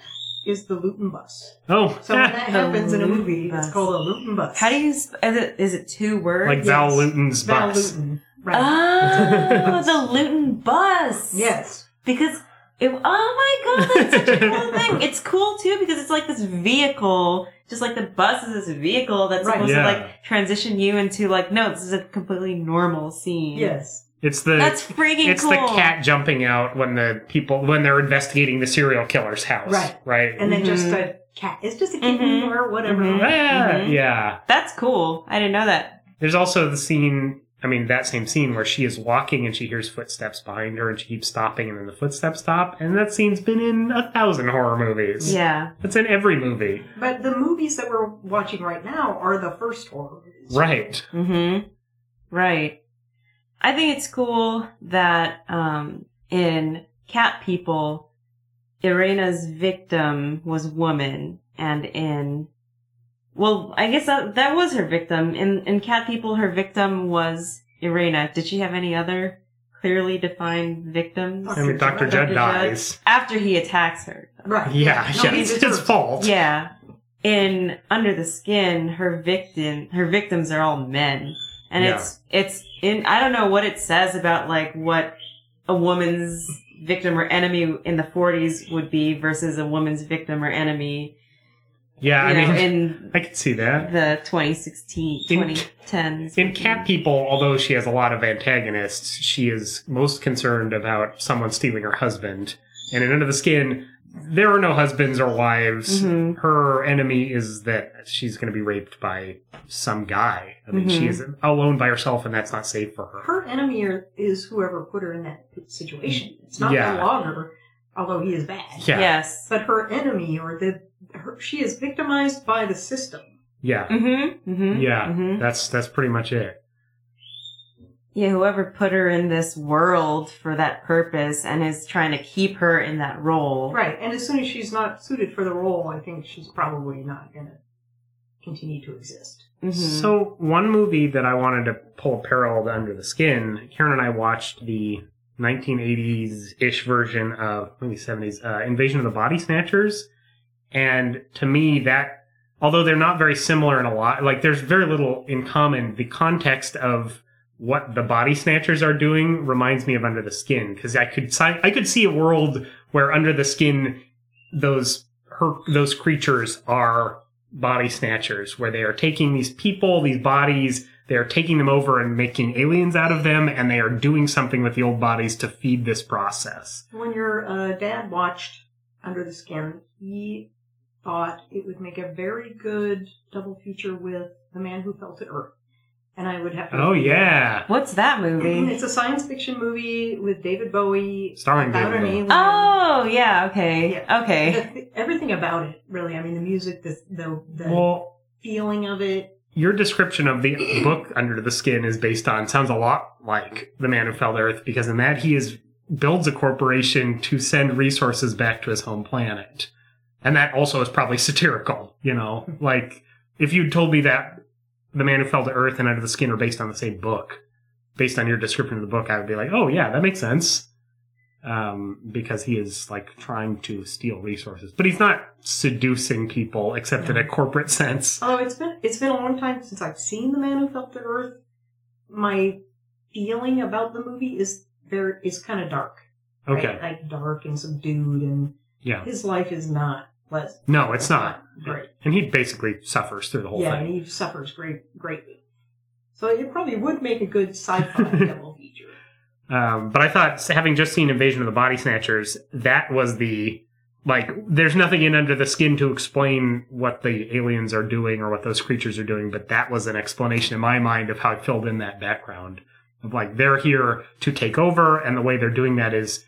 is the Luton Bus. Oh, So when ah, that The happens in a Luton movie, Bus. it's called a Luton Bus. How do you? Sp- is it is it two words? like Val yes. Luton's Val bus. Luton? Right. oh, the Luton bus. yes. because it, oh my god, that's such a cool thing. It's cool too because it's like this vehicle, just like the bus is this vehicle that's Right. supposed Yeah. to like transition you into like, no, this is a completely normal scene. Yes. It's the that's freaking it's cool. the cat jumping out when the people when they're investigating the serial killer's house. Right. Right. and then just Mhm. a cat. It's just a kitten Mhm. or whatever. Mhm. Ah, mm-hmm. Mhm. Yeah. That's cool. I didn't know that. There's also the scene, I mean, that same scene where she is walking and she hears footsteps behind her and she keeps stopping and then the footsteps stop. And that scene's been in a thousand horror movies. Yeah. It's in every movie. But the movies that we're watching right now are the first horror movies. Right. Mm-hmm. Right. I think it's cool that um in Cat People, Irena's victim was woman, and in well, I guess that that was her victim. In in Cat People, her victim was Irena. Did she have any other clearly defined victims I mean, Dr. Dr. Judd Judd. dies. after he attacks her? Right. Yeah, No, yeah, he it's his deserves it. fault. Yeah. In Under the Skin, her victim, her victims are all men, and Yeah. it's it's in. I don't know what it says about like what a woman's victim or enemy in the 40s would be versus a woman's victim or enemy. Yeah, I you know, mean, in I can see that. the 2016, In- 2010s. In Cat People, although she has a lot of antagonists, she is most concerned about someone stealing her husband. And in Under the Skin, there are no husbands or wives. Mhm. her enemy is that she's going to be raped by some guy. I mean, she Mhm. is alone by herself, and that's not safe for her. Her enemy are- is whoever put her in that situation. It's not the Yeah. logger, although he is bad. Yeah, yeah. Yes. But her enemy, or the her, she is victimized by the system. yeah. Mm-hmm. Mm-hmm. hmm That's that's pretty much it. Yeah, whoever put her in this world for that purpose and is trying to keep her in that role. Right. And as soon as she's not suited for the role, I think she's probably not going to continue to exist. Mhm. So one movie that I wanted to pull a parallel to Under the Skin. Karen and I watched the 1980s-ish version of maybe 70s uh, Invasion of the Body Snatchers, and to me that. Although they're not very similar in a lot, like there's very little in common. The context of what the body snatchers are doing reminds me of Under the Skin because I could si- I could see a world where Under the Skin those her those creatures are body snatchers where they are taking these people these bodies They are taking them over and making aliens out of them, and they are doing something with the old bodies to feed this process. When your uh, dad watched Under the Skin, he thought it would make a very good double feature with The Man Who Fell to Earth. And I would have to. Mm-hmm. Oh yeah, What's that movie? It's a science fiction movie with David Bowie Starring about David an Bowie. alien. Oh, yeah, okay. Yeah. Okay. The- everything about it, really. I mean, the music, the the, the well. feeling of it. your description of the book under the skin is based on sounds a lot like the man who fell to earth because in that he is builds a corporation to send resources back to his home planet and that also is probably satirical you know like if you'd told me that the man who fell to earth and under the skin are based on the same book based on your description of the book i would be like oh yeah that makes sense um, because he is like trying to steal resources but he's not seducing people except in a corporate sense Although Oh, it's been it's been a long time since I've seen The Man Who Fell to Earth. My feeling about the movie is there is kind of dark. right? okay Like dark and subdued, and yeah his life is not less. No, it's not. great. And he basically suffers through the whole Yeah, and thing. he suffers great greatly. So it probably would make a good sci-fi double feature. Um, but I thought, having just seen Invasion of the Body Snatchers, that was the like. There's nothing in under the skin to explain what the aliens are doing or what those creatures are doing, but that was an explanation in my mind of how I filled in that background of like they're here to take over, and the way they're doing that is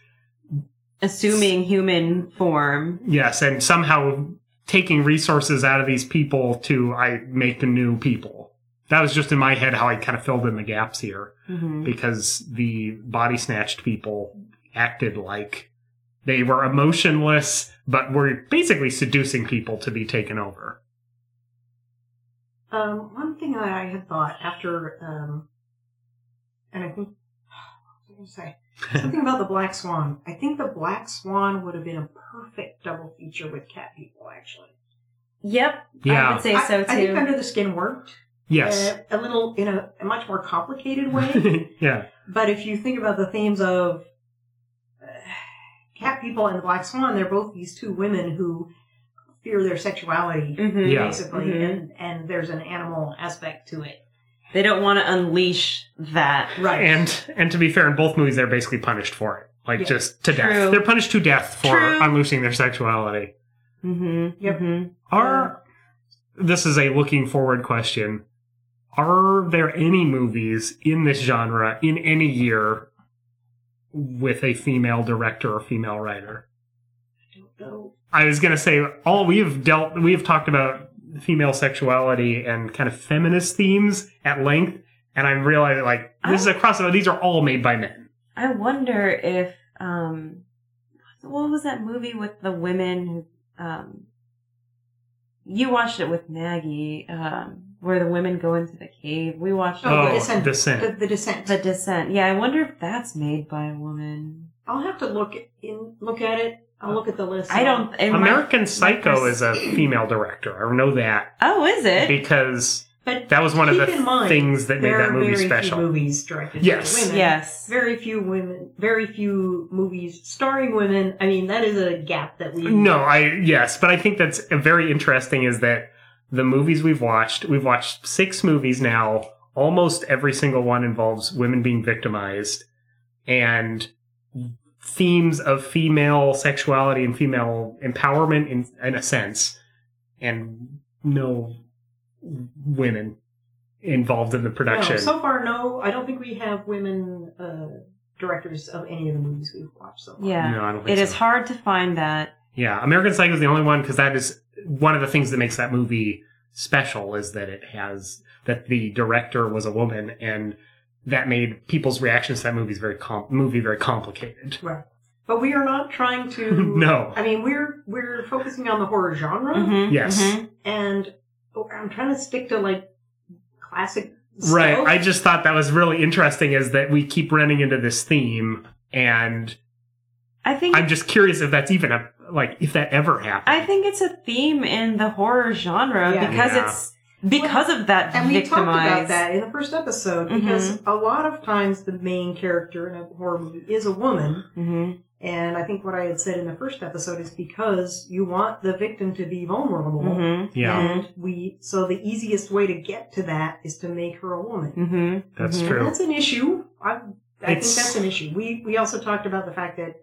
Assuming human form. yes, and somehow taking resources out of these people to I make new people. That was just in my head how I kind of filled in the gaps here. hmm because the body snatched people acted like they were emotionless, but were basically seducing people to be taken over. Um, one thing that I had thought after, um, and I think, what was I going to say? Something about the Black Swan. I think the Black Swan would have been a perfect double feature with Cat People, actually. Yep. I Yeah. would say I, so I think too. Under the Skin worked. Yes. uh, a little, in a, a much more complicated way. yeah. but if you think about the themes of uh, Cat People and the Black Swan, they're both these two women who fear their sexuality, Mhm. Mm. Yeah. basically, Mhm. and, and there's an animal aspect to it. They don't want to unleash that. Right. And and to be fair, in both movies they're basically punished for it. Like Yeah. just to True. death. They're punished to death for True. unleashing their sexuality. Mm-hmm. Yep. Mm-hmm. Are this is a looking forward question. Are there any movies in this genre in any year with a female director or female writer? Uh, So, I was gonna say all we've dealt we've talked about female sexuality and kind of feminist themes at length, and I realized like this is a crossover. These are all made by men. I wonder if um, what was that movie with the women? who Um, you watched it with Maggie, um, where the women go into the cave. We watched Oh, The it with Descent. The, Descent. the Descent. The Descent. Yeah, I wonder if that's made by a woman. I'll have to look in look at it. I'll look at the list. I don't. It might- American Psycho my- is a female director. I know that oh, is it? because But that was one of Keep the in mind, things that made there that are movie very few special. movies directed Yes. by women. Yes. Very few women. Very few movies starring women. I mean, that is a gap that we. No, I yes, but I think that's very interesting. Is that the movies we've watched? We've watched six movies now. Almost every single one involves women being victimized and themes of female sexuality and female empowerment in, in a sense, and no women involved in the No, production. so far, no. I don't think we have women uh, directors of any of the movies we've watched so far. Yeah. No, I don't think It is so. hard to find that. Yeah, American Psycho is the only one because that is one of the things that makes that movie special is that it has that the director was a woman, and that made people's reactions to that movie very com- movie very complicated. But we are not trying to. no, I mean, we're we're focusing on the horror genre, Mhm, Yes. mhm. and oh, I'm trying to stick to like classic. right. stuff. I just thought that was really interesting is that we keep running into this theme, and I think I'm just curious if that's even a like if that ever happened. I think it's a theme in the horror genre Yeah. because Yeah. it's because of that And we talked about victimized. that in the first Mm-hmm. episode because a lot of times the main character in a horror movie is a woman, Mhm. And I think what I had said in the first episode is because you want the victim to be vulnerable. Mm-hmm. Yeah, And we, so the easiest way to get to that is to make her a woman. Mm-hmm. that's Mhm. true. That's an issue. I, I think It's- that's an issue. We, we also talked about the fact that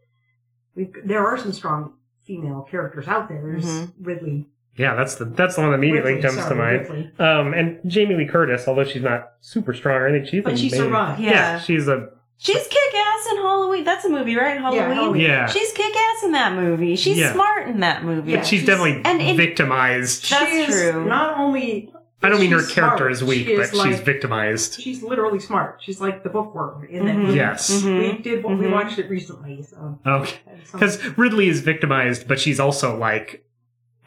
we, there are some strong female characters out there. There's Mhm. Ridley. Yeah, that's the that's the one that immediately Ridley, comes sorry, to mind. Ridley. Um, and Jamie Lee Curtis, although she's not super strong, or anything, she's But she amazing. survived. Yeah. Yeah. she's a She's kick ass in Halloween. That's a movie, right? Halloween. Halloween. yeah. She's kick ass in that movie. She's Yeah. smart in that movie. Yeah. she's, she's- definitely and in- victimized. She That's is true. Not only. I don't mean her she's character smart, is weak, she but she's like- victimized. She's literally smart. She's like the bookworm in that Mm-hmm. Mhm. movie. Yes. We Mhm. did. We Mhm. watched it recently. So. Okay. Because Ridley is victimized, but she's also like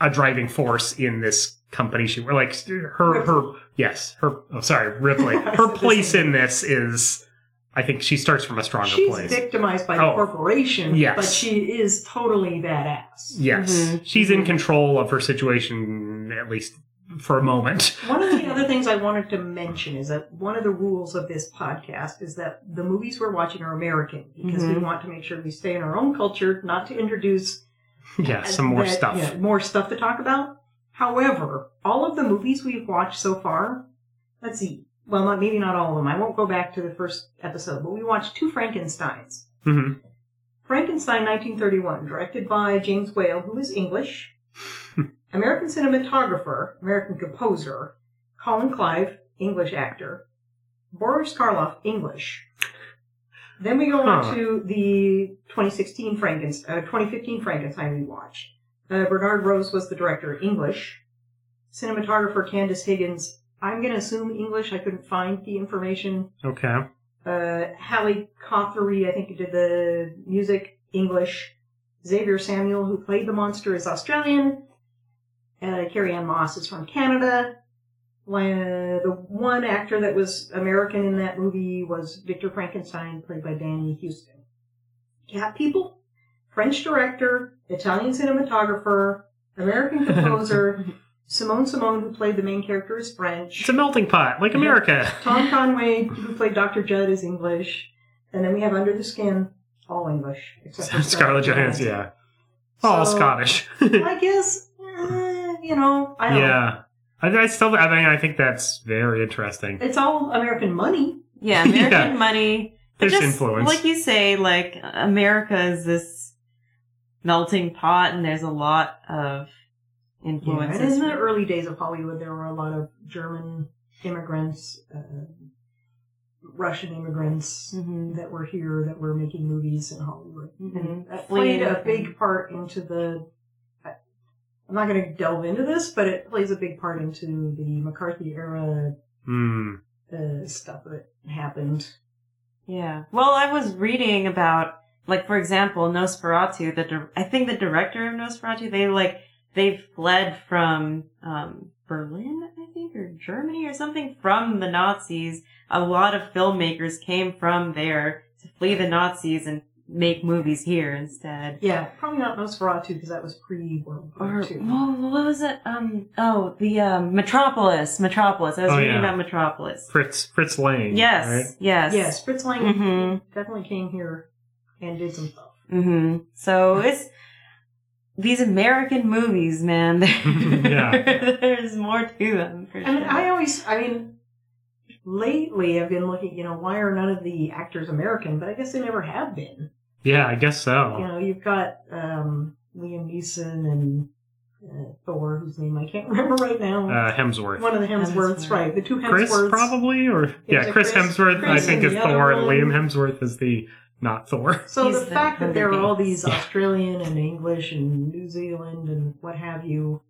a driving force in this company. She we're like her her yes her oh sorry Ripley I her said the place same. in this is I think she starts from a stronger she's place. victimized by the Oh. corporation, Yes. but she is totally badass. yes, Mhm. Mm-hmm. she's in Mhm. control of her situation at least for a moment. One of the other things I wanted to mention is that one of the rules of this podcast is that the movies we're watching are American because we Mhm. want to make sure we stay in our own culture, not to introduce yeah, some more that- stuff. yeah, more stuff to talk about. However, all of the movies we've watched so far, let's see. Well, not maybe not all of them. I won't go back to the first episode, but we watched two Frankenstein's. hmm Frankenstein 1931, directed by James Whale, who is English. American cinematographer, American composer, Colin Clive, English actor, Boris Karloff, English. Then we go Huh. on to the 2016 Frankenstein, uh, 2015 Frankenstein we watched. Uh, Bernard Rose was the director, English. Cinematographer Candace Higgins. I'm going to assume English. I couldn't find the information Okay. uh, Hallie Cothery, I think, who did the music, English. Xavier Samuel, who played the monster, is Australian. Uh, Carrie Ann Moss is from Canada. La- the one actor that was American in that movie was Victor Frankenstein, played by Danny Houston. Cat People, French director, Italian cinematographer, American composer. Simone Simone, who played the main character, is French. It's a melting pot, like America. Tom Conway, who played Dr. Judd, is English. And then we have Under the Skin, all English. Except for Scarlett Johansson, yeah. Oh, All So, Scottish. I guess, eh, you know, I don't know. yeah. I, I still, I mean, I think that's very interesting. It's all American money. Yeah, American Yeah. money. But There's influence. Like you say, like America is this melting pot, and there's a lot of and influences. in the early days of Hollywood, there were a lot of German immigrants, uh, Russian immigrants Mhm. that were here that were making movies in Hollywood. And Mhm. that played a Fleeing. big part into the. I- I'm not going to delve into this, but it plays a big part into the McCarthy era Hmm. uh, stuff that happened. Yeah. Well, I was reading about, like, for example, Nosferatu. The di- I think the director of Nosferatu. They like they fled from um, Berlin, I think, or Germany or something from the Nazis. A lot of filmmakers came from there to flee the Nazis and make movies here instead. Yeah, probably not Nosferatu because that was pre World Or War II. well, what was it? Um, oh, the um, Metropolis. Metropolis. I was Oh, reading yeah. about Metropolis. Fritz, Fritz Lang. Yes, right? yes, yes, Mm-hmm. Fritz Lang Mhm. definitely came here and did some stuff. hmm So it's these American movies, man. Mm-hmm. Yeah. There's more to them. For I mean, sure. I always, I mean, lately I've been looking, you know, why are none of the actors American? But I guess they never have been. Yeah, I guess so. You know, you've got um, Liam Neeson and uh, Thor, whose name I can't remember right now. Uh, Hemsworth. One of the Hemsworths, Hemsworth. right? The two Chris, Hemsworths. probably? Or, yeah, it Chris, Chris? Hemsworth, I Chris think, and is the other Thor, and one. Liam Hemsworth is the not Thor. So He's the the fact that there are Hunger all Games. these Australian and English and New Zealand and what have you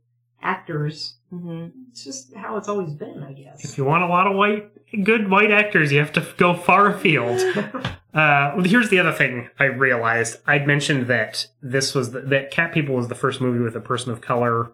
actors, hmm it's just how it's always been, I If guess. you want a lot of white, good white actors, you have to f- go far afield. Uh, here's the other thing I realized. I'd mentioned that this was the, that Cat People was the first movie with a person of color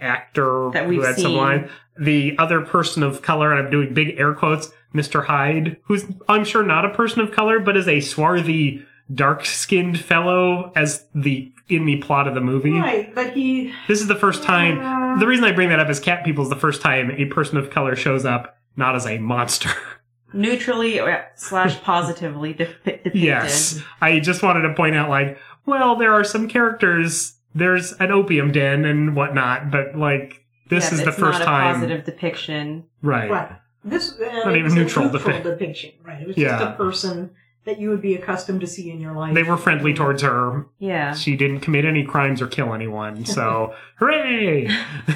actor That who we've had some seen. line. The other person of color, and I'm doing big air quotes, Mr. Hyde, who's I'm sure not a person of color, but is a swarthy, dark-skinned fellow as the in the plot of the movie. right, but he This is the first time. Yeah. The reason I bring that up is Cat People is the first time a person of color shows up not as a monster. neutrally or slash positively dep- depicted. Yes. I just wanted to point out, like, well, there are some characters. There's an opium den and whatnot, but like this Yeah, is but the it's first not a time, positive depiction. right? Right. This uh, Not it even was a neutral depiction. depiction, right? It was Yeah. just a person that you would be accustomed to see in your life. They were friendly towards her. Yeah. She didn't commit any crimes or kill anyone, so hooray!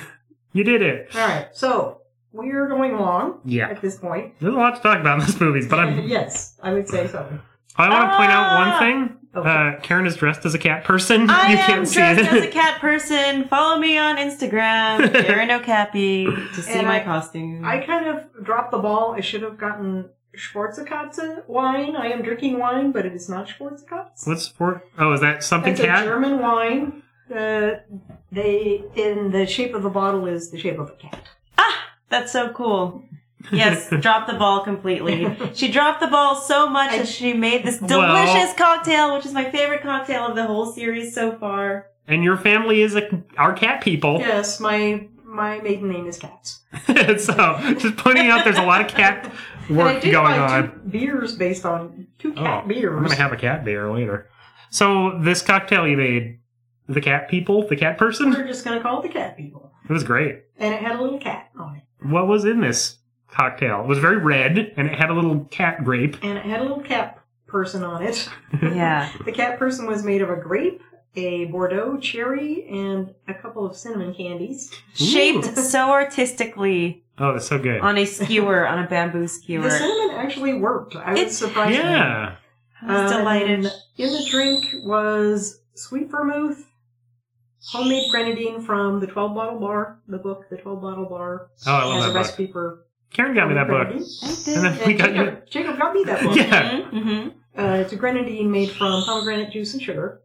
you did it. All right, so we're going along Yeah, at this point. there's a lot to talk about in this movie, but I'm. yes, I would say so. I want to point out Ah! one thing. Okay. Uh, Karen is dressed as a cat person. I you am can't see dressed it. as a cat person. Follow me on Instagram, Karen O'Cappy, to see And my I- costume. I kind of dropped the ball. I should have gotten Schwarzkatze wine. I am drinking wine, but it is not Schwarzkatze. What's for? Oh, is that something It's a cat? German wine. Uh, they in the shape of the bottle is the shape of a cat. That's so cool. Yes, dropped the ball completely. She dropped the ball so much that she made this delicious Well- cocktail, which is my favorite cocktail of the whole series so far. and your family is a, our cat people. Yes, my my maiden name is Cats. so just pointing out, there's a lot of cat and I work did going buy on. Two beers based on two cat Oh, beers. I'm gonna have a cat beer later. So this cocktail you made, the cat people, the cat person, We're just gonna call it the cat people, it was great. and it had a little cat on it, What was in this cocktail? It was very red, and it had a little cat grape. and it had a little cat person on it. Yeah. The cat person was made of a grape, a Bordeaux cherry, and a couple of cinnamon candies. Shaped so artistically Oh, that's so good. on a skewer, on a bamboo skewer. The cinnamon actually worked. I It's- was surprised. Yeah, I was Um, delighted. In the drink was sweet vermouth, homemade grenadine from the 12 bottle bar, the book, the 12 bottle bar, Oh, I love has that a book. recipe for Karen got me that book, grenadine. Thank and you. then we And got you. Jacob, Jacob got me that one. Yeah. Mhm, Uh, it's a grenadine made from pomegranate juice and sugar.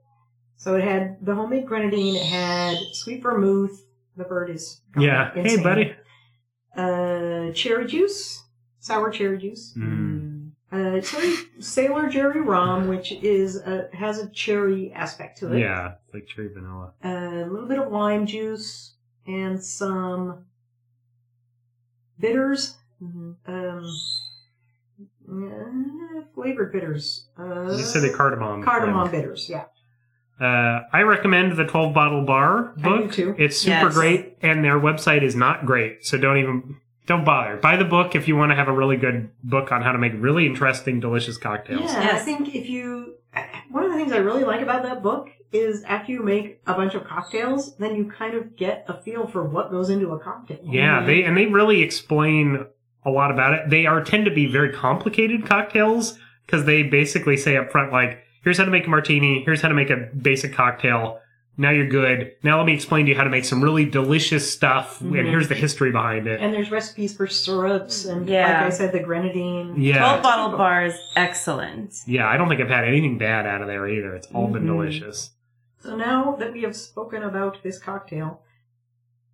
So it had the homemade grenadine. It had sweet vermouth. The bird is gone. Yeah. Hey, Insane. buddy. Uh, cherry juice, sour cherry juice. Mm. mhm. Uh, cherry, Sailor Jerry rum, which is a, has a cherry aspect to it. Uh, Yeah, it's like cherry vanilla. a little bit of lime juice and some bitters, Mhm. um, uh, flavored bitters. Uh, You said the cardamom. cardamom bitters, yeah. Uh, I recommend the 12 Bottle Bar I do book. too. It's super Yes. great, and their website is not great, so don't even don't bother. Buy the book if you want to have a really good book on how to make really interesting, delicious cocktails. Yeah, I Yes. think if you. One of the things I really like about that book is after you make a bunch of cocktails, then you kind of get a feel for what goes into a cocktail. Yeah, Mhm. they and they really explain a lot about it. They are tend to be very complicated cocktails because they basically say up front like, "Here's how to make a martini. Here's how to make a basic cocktail." Now you're good. Now let me explain to you how to make some really delicious stuff, Mhm. and here's the history behind it. Mm-hmm. And there's recipes for syrups and, Yeah. like I said, the grenadine. yeah, Twelve bottle bar is excellent. yeah. I don't think I've had anything bad out of there either. It's all been Mhm. delicious. So now that we have spoken about this cocktail,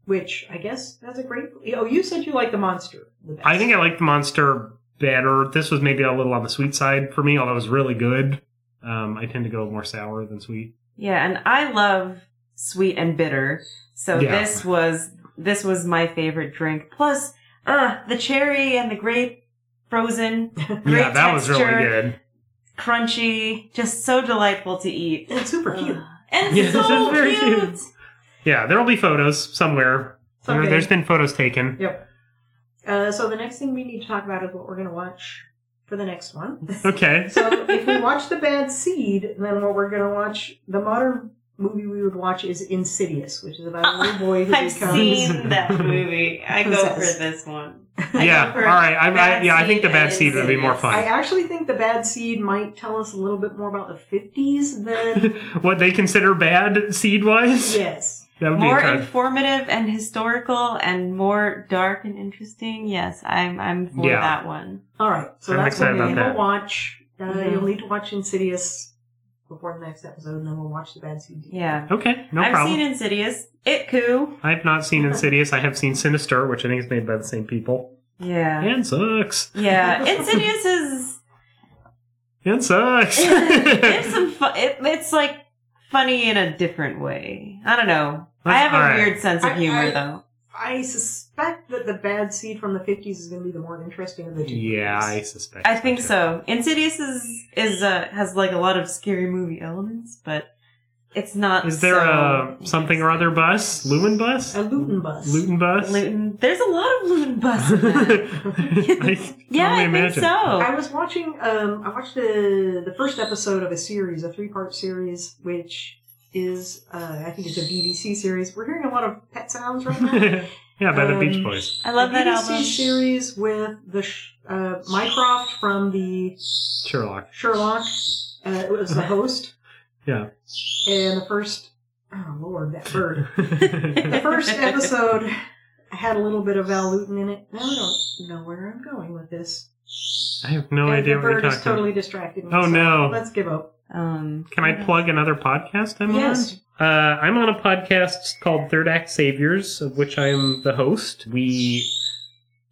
which I guess that's a great. Oh, you said you like the monster the best. I think I like the monster better. This was maybe a little on the sweet side for me, although it was really good. Um, I tend to go more sour than sweet. Yeah, and I love sweet and bitter. So Yeah. this was this was my favorite drink. Plus, uh, the cherry and the grape frozen, Great yeah, that was really texture. good. crunchy, just so delightful to eat. it's super cute. Ugh. And Yes, so it's very cute. cute. Yeah, there'll be photos somewhere. There, Okay. has been photos taken. Yep. Uh, so the next thing we need to talk about is what we're going to watch for the next one. Okay. So if we watch The Bad Seed, then what we're going to watch the modern movie we would watch is Insidious, which is about a little boy who I've becomes. seen that movie. I go for this one. I yeah. go All for right. I, I, Bad yeah. I think Seed the bad and seed would be more I fun. actually think The Bad Seed might tell us a little bit more about the fifties than What they consider bad seed wise. yes. That would be More interesting. informative and historical, and more dark and interesting. Yes, I'm I'm for Yeah. that one. All right, so I'm that's what excited we about will that. watch. Uh, Mhm. You'll need to watch Insidious before the next episode, and then we'll watch the bad seed. Yeah, Okay. No I've problem. seen Insidious, It Coup. I've not seen Insidious. I have seen Sinister, which I think is made by the same people. Yeah, And sucks. Yeah, Insidious is And sucks. it's some fu- it, it's like funny in a different way. I don't know. I have a Alright. weird sense of I- humor I- though. I suspect that the bad seed from the 50s is going to be the more interesting of the two. Yeah, I movies. suspect. I think so. Insidious is is uh, has like a lot of scary movie elements, but it's not. Is there so- a something or other bus? Lumen bus? A Luton bus. Luton bus? Luton? There's a lot of Luton bus. In that. I yeah, I totally imagine. think so. I was watching. Um, I watched the the first episode of a series, a three part series, which is uh, I think it's a BBC series. We're hearing a lot of pet sounds right now. yeah, by the Beach Um, Boys. I love The that BBC album. series with the sh- uh, Mycroft from the Sherlock. Sherlock. Uh, it was the host. Yeah. And the first, oh lord, that bird. I The first episode had a little bit of Val Luton in it. Now I don't know where I'm going with this. have no And idea the what you're bird talking is totally distracted me. about. Oh so no. Let's give up. Um, Can I plug another podcast I'm yes. on? Uh, I'm on a podcast called Third Act Saviors, of which I am the host. We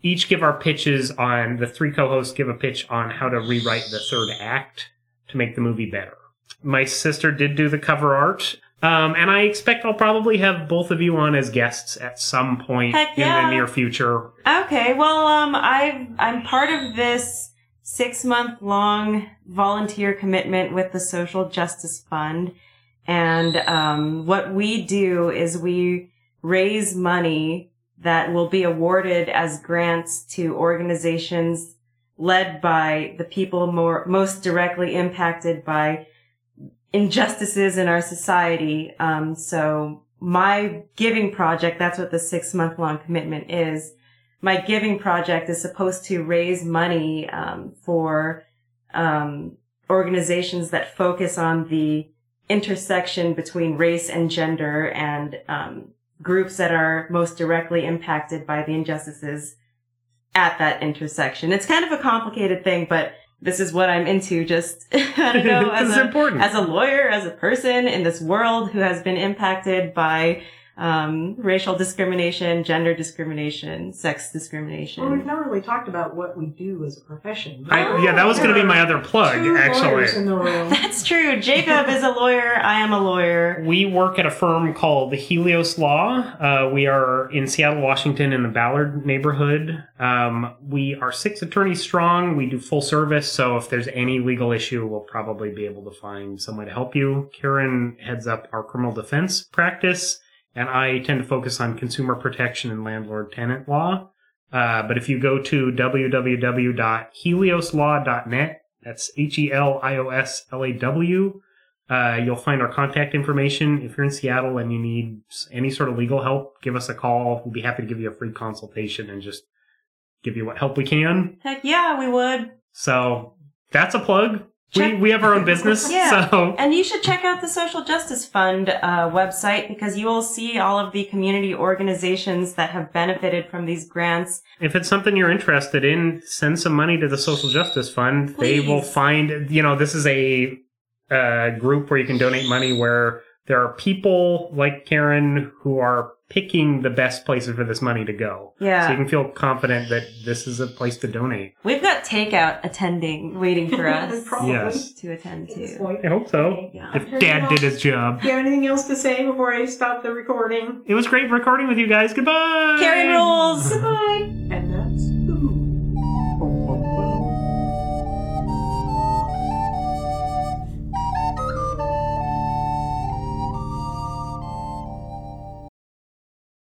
each give our pitches on the three co-hosts give a pitch on how to rewrite the third act to make the movie better. My sister did do the cover art, um, and I expect I'll probably have both of you on as guests at some point Heck in yeah. the near future. Okay, well, um, I I'm part of this six month long volunteer commitment with the Social Justice Fund, and um, what we do is we raise money that will be awarded as grants to organizations led by the people more most directly impacted by injustices in our society. Um, so my giving project, that's what the six month long commitment is my giving project is supposed to raise money um, for um, organizations that focus on the intersection between race and gender and um, groups that are most directly impacted by the injustices at that intersection. It's kind of a complicated thing, but this is what I'm into. Just I don't know. this as is a- Hmm. important. as a lawyer, as a person in this world who has been impacted by um, racial discrimination, gender discrimination, sex Well, we've discrimination. never really talked about what we do as a profession. I, yeah, that was going to be my other plug, Two lawyers actually. in the room. That's true. Jacob is a lawyer. I am a lawyer. We work at a firm called Helios Law. Uh, we are in Seattle, Washington, in the Ballard neighborhood. Um, we are six attorneys strong. We do full service, so if there's any legal issue, we'll probably be able to find someone to help you. Karen heads up our criminal defense practice, and I tend to focus on consumer protection and landlord tenant law. Uh, but if you go to www.helioslaw.net, that's H E L I O S L A W uh, you'll find our contact information. If you're in Seattle and you need s- any sort of legal help, give us a call. We'll be happy to give you a free consultation and just give you what help we can. Heck yeah, we would. So that's a plug. Check- We, we have our own business. Yeah. So And you should check out the Social Justice Fund uh, website because you will see all of the community organizations that have benefited from these grants. if it's something you're interested in, send some money to the Social Justice Fund. They will Please. find, you know, this is a uh, group where you can donate money where there are people like Karen who are picking the best places for this money to go. So Yeah. you can feel confident that this is a place to donate. We've got takeout attending, waiting for us Probably Yes. to attend at this to. point. I hope so. Yeah. If Dad did his job. Do you have anything else to say before I stop the recording? It was great recording with you guys. Goodbye. Karen rules! Goodbye. And then.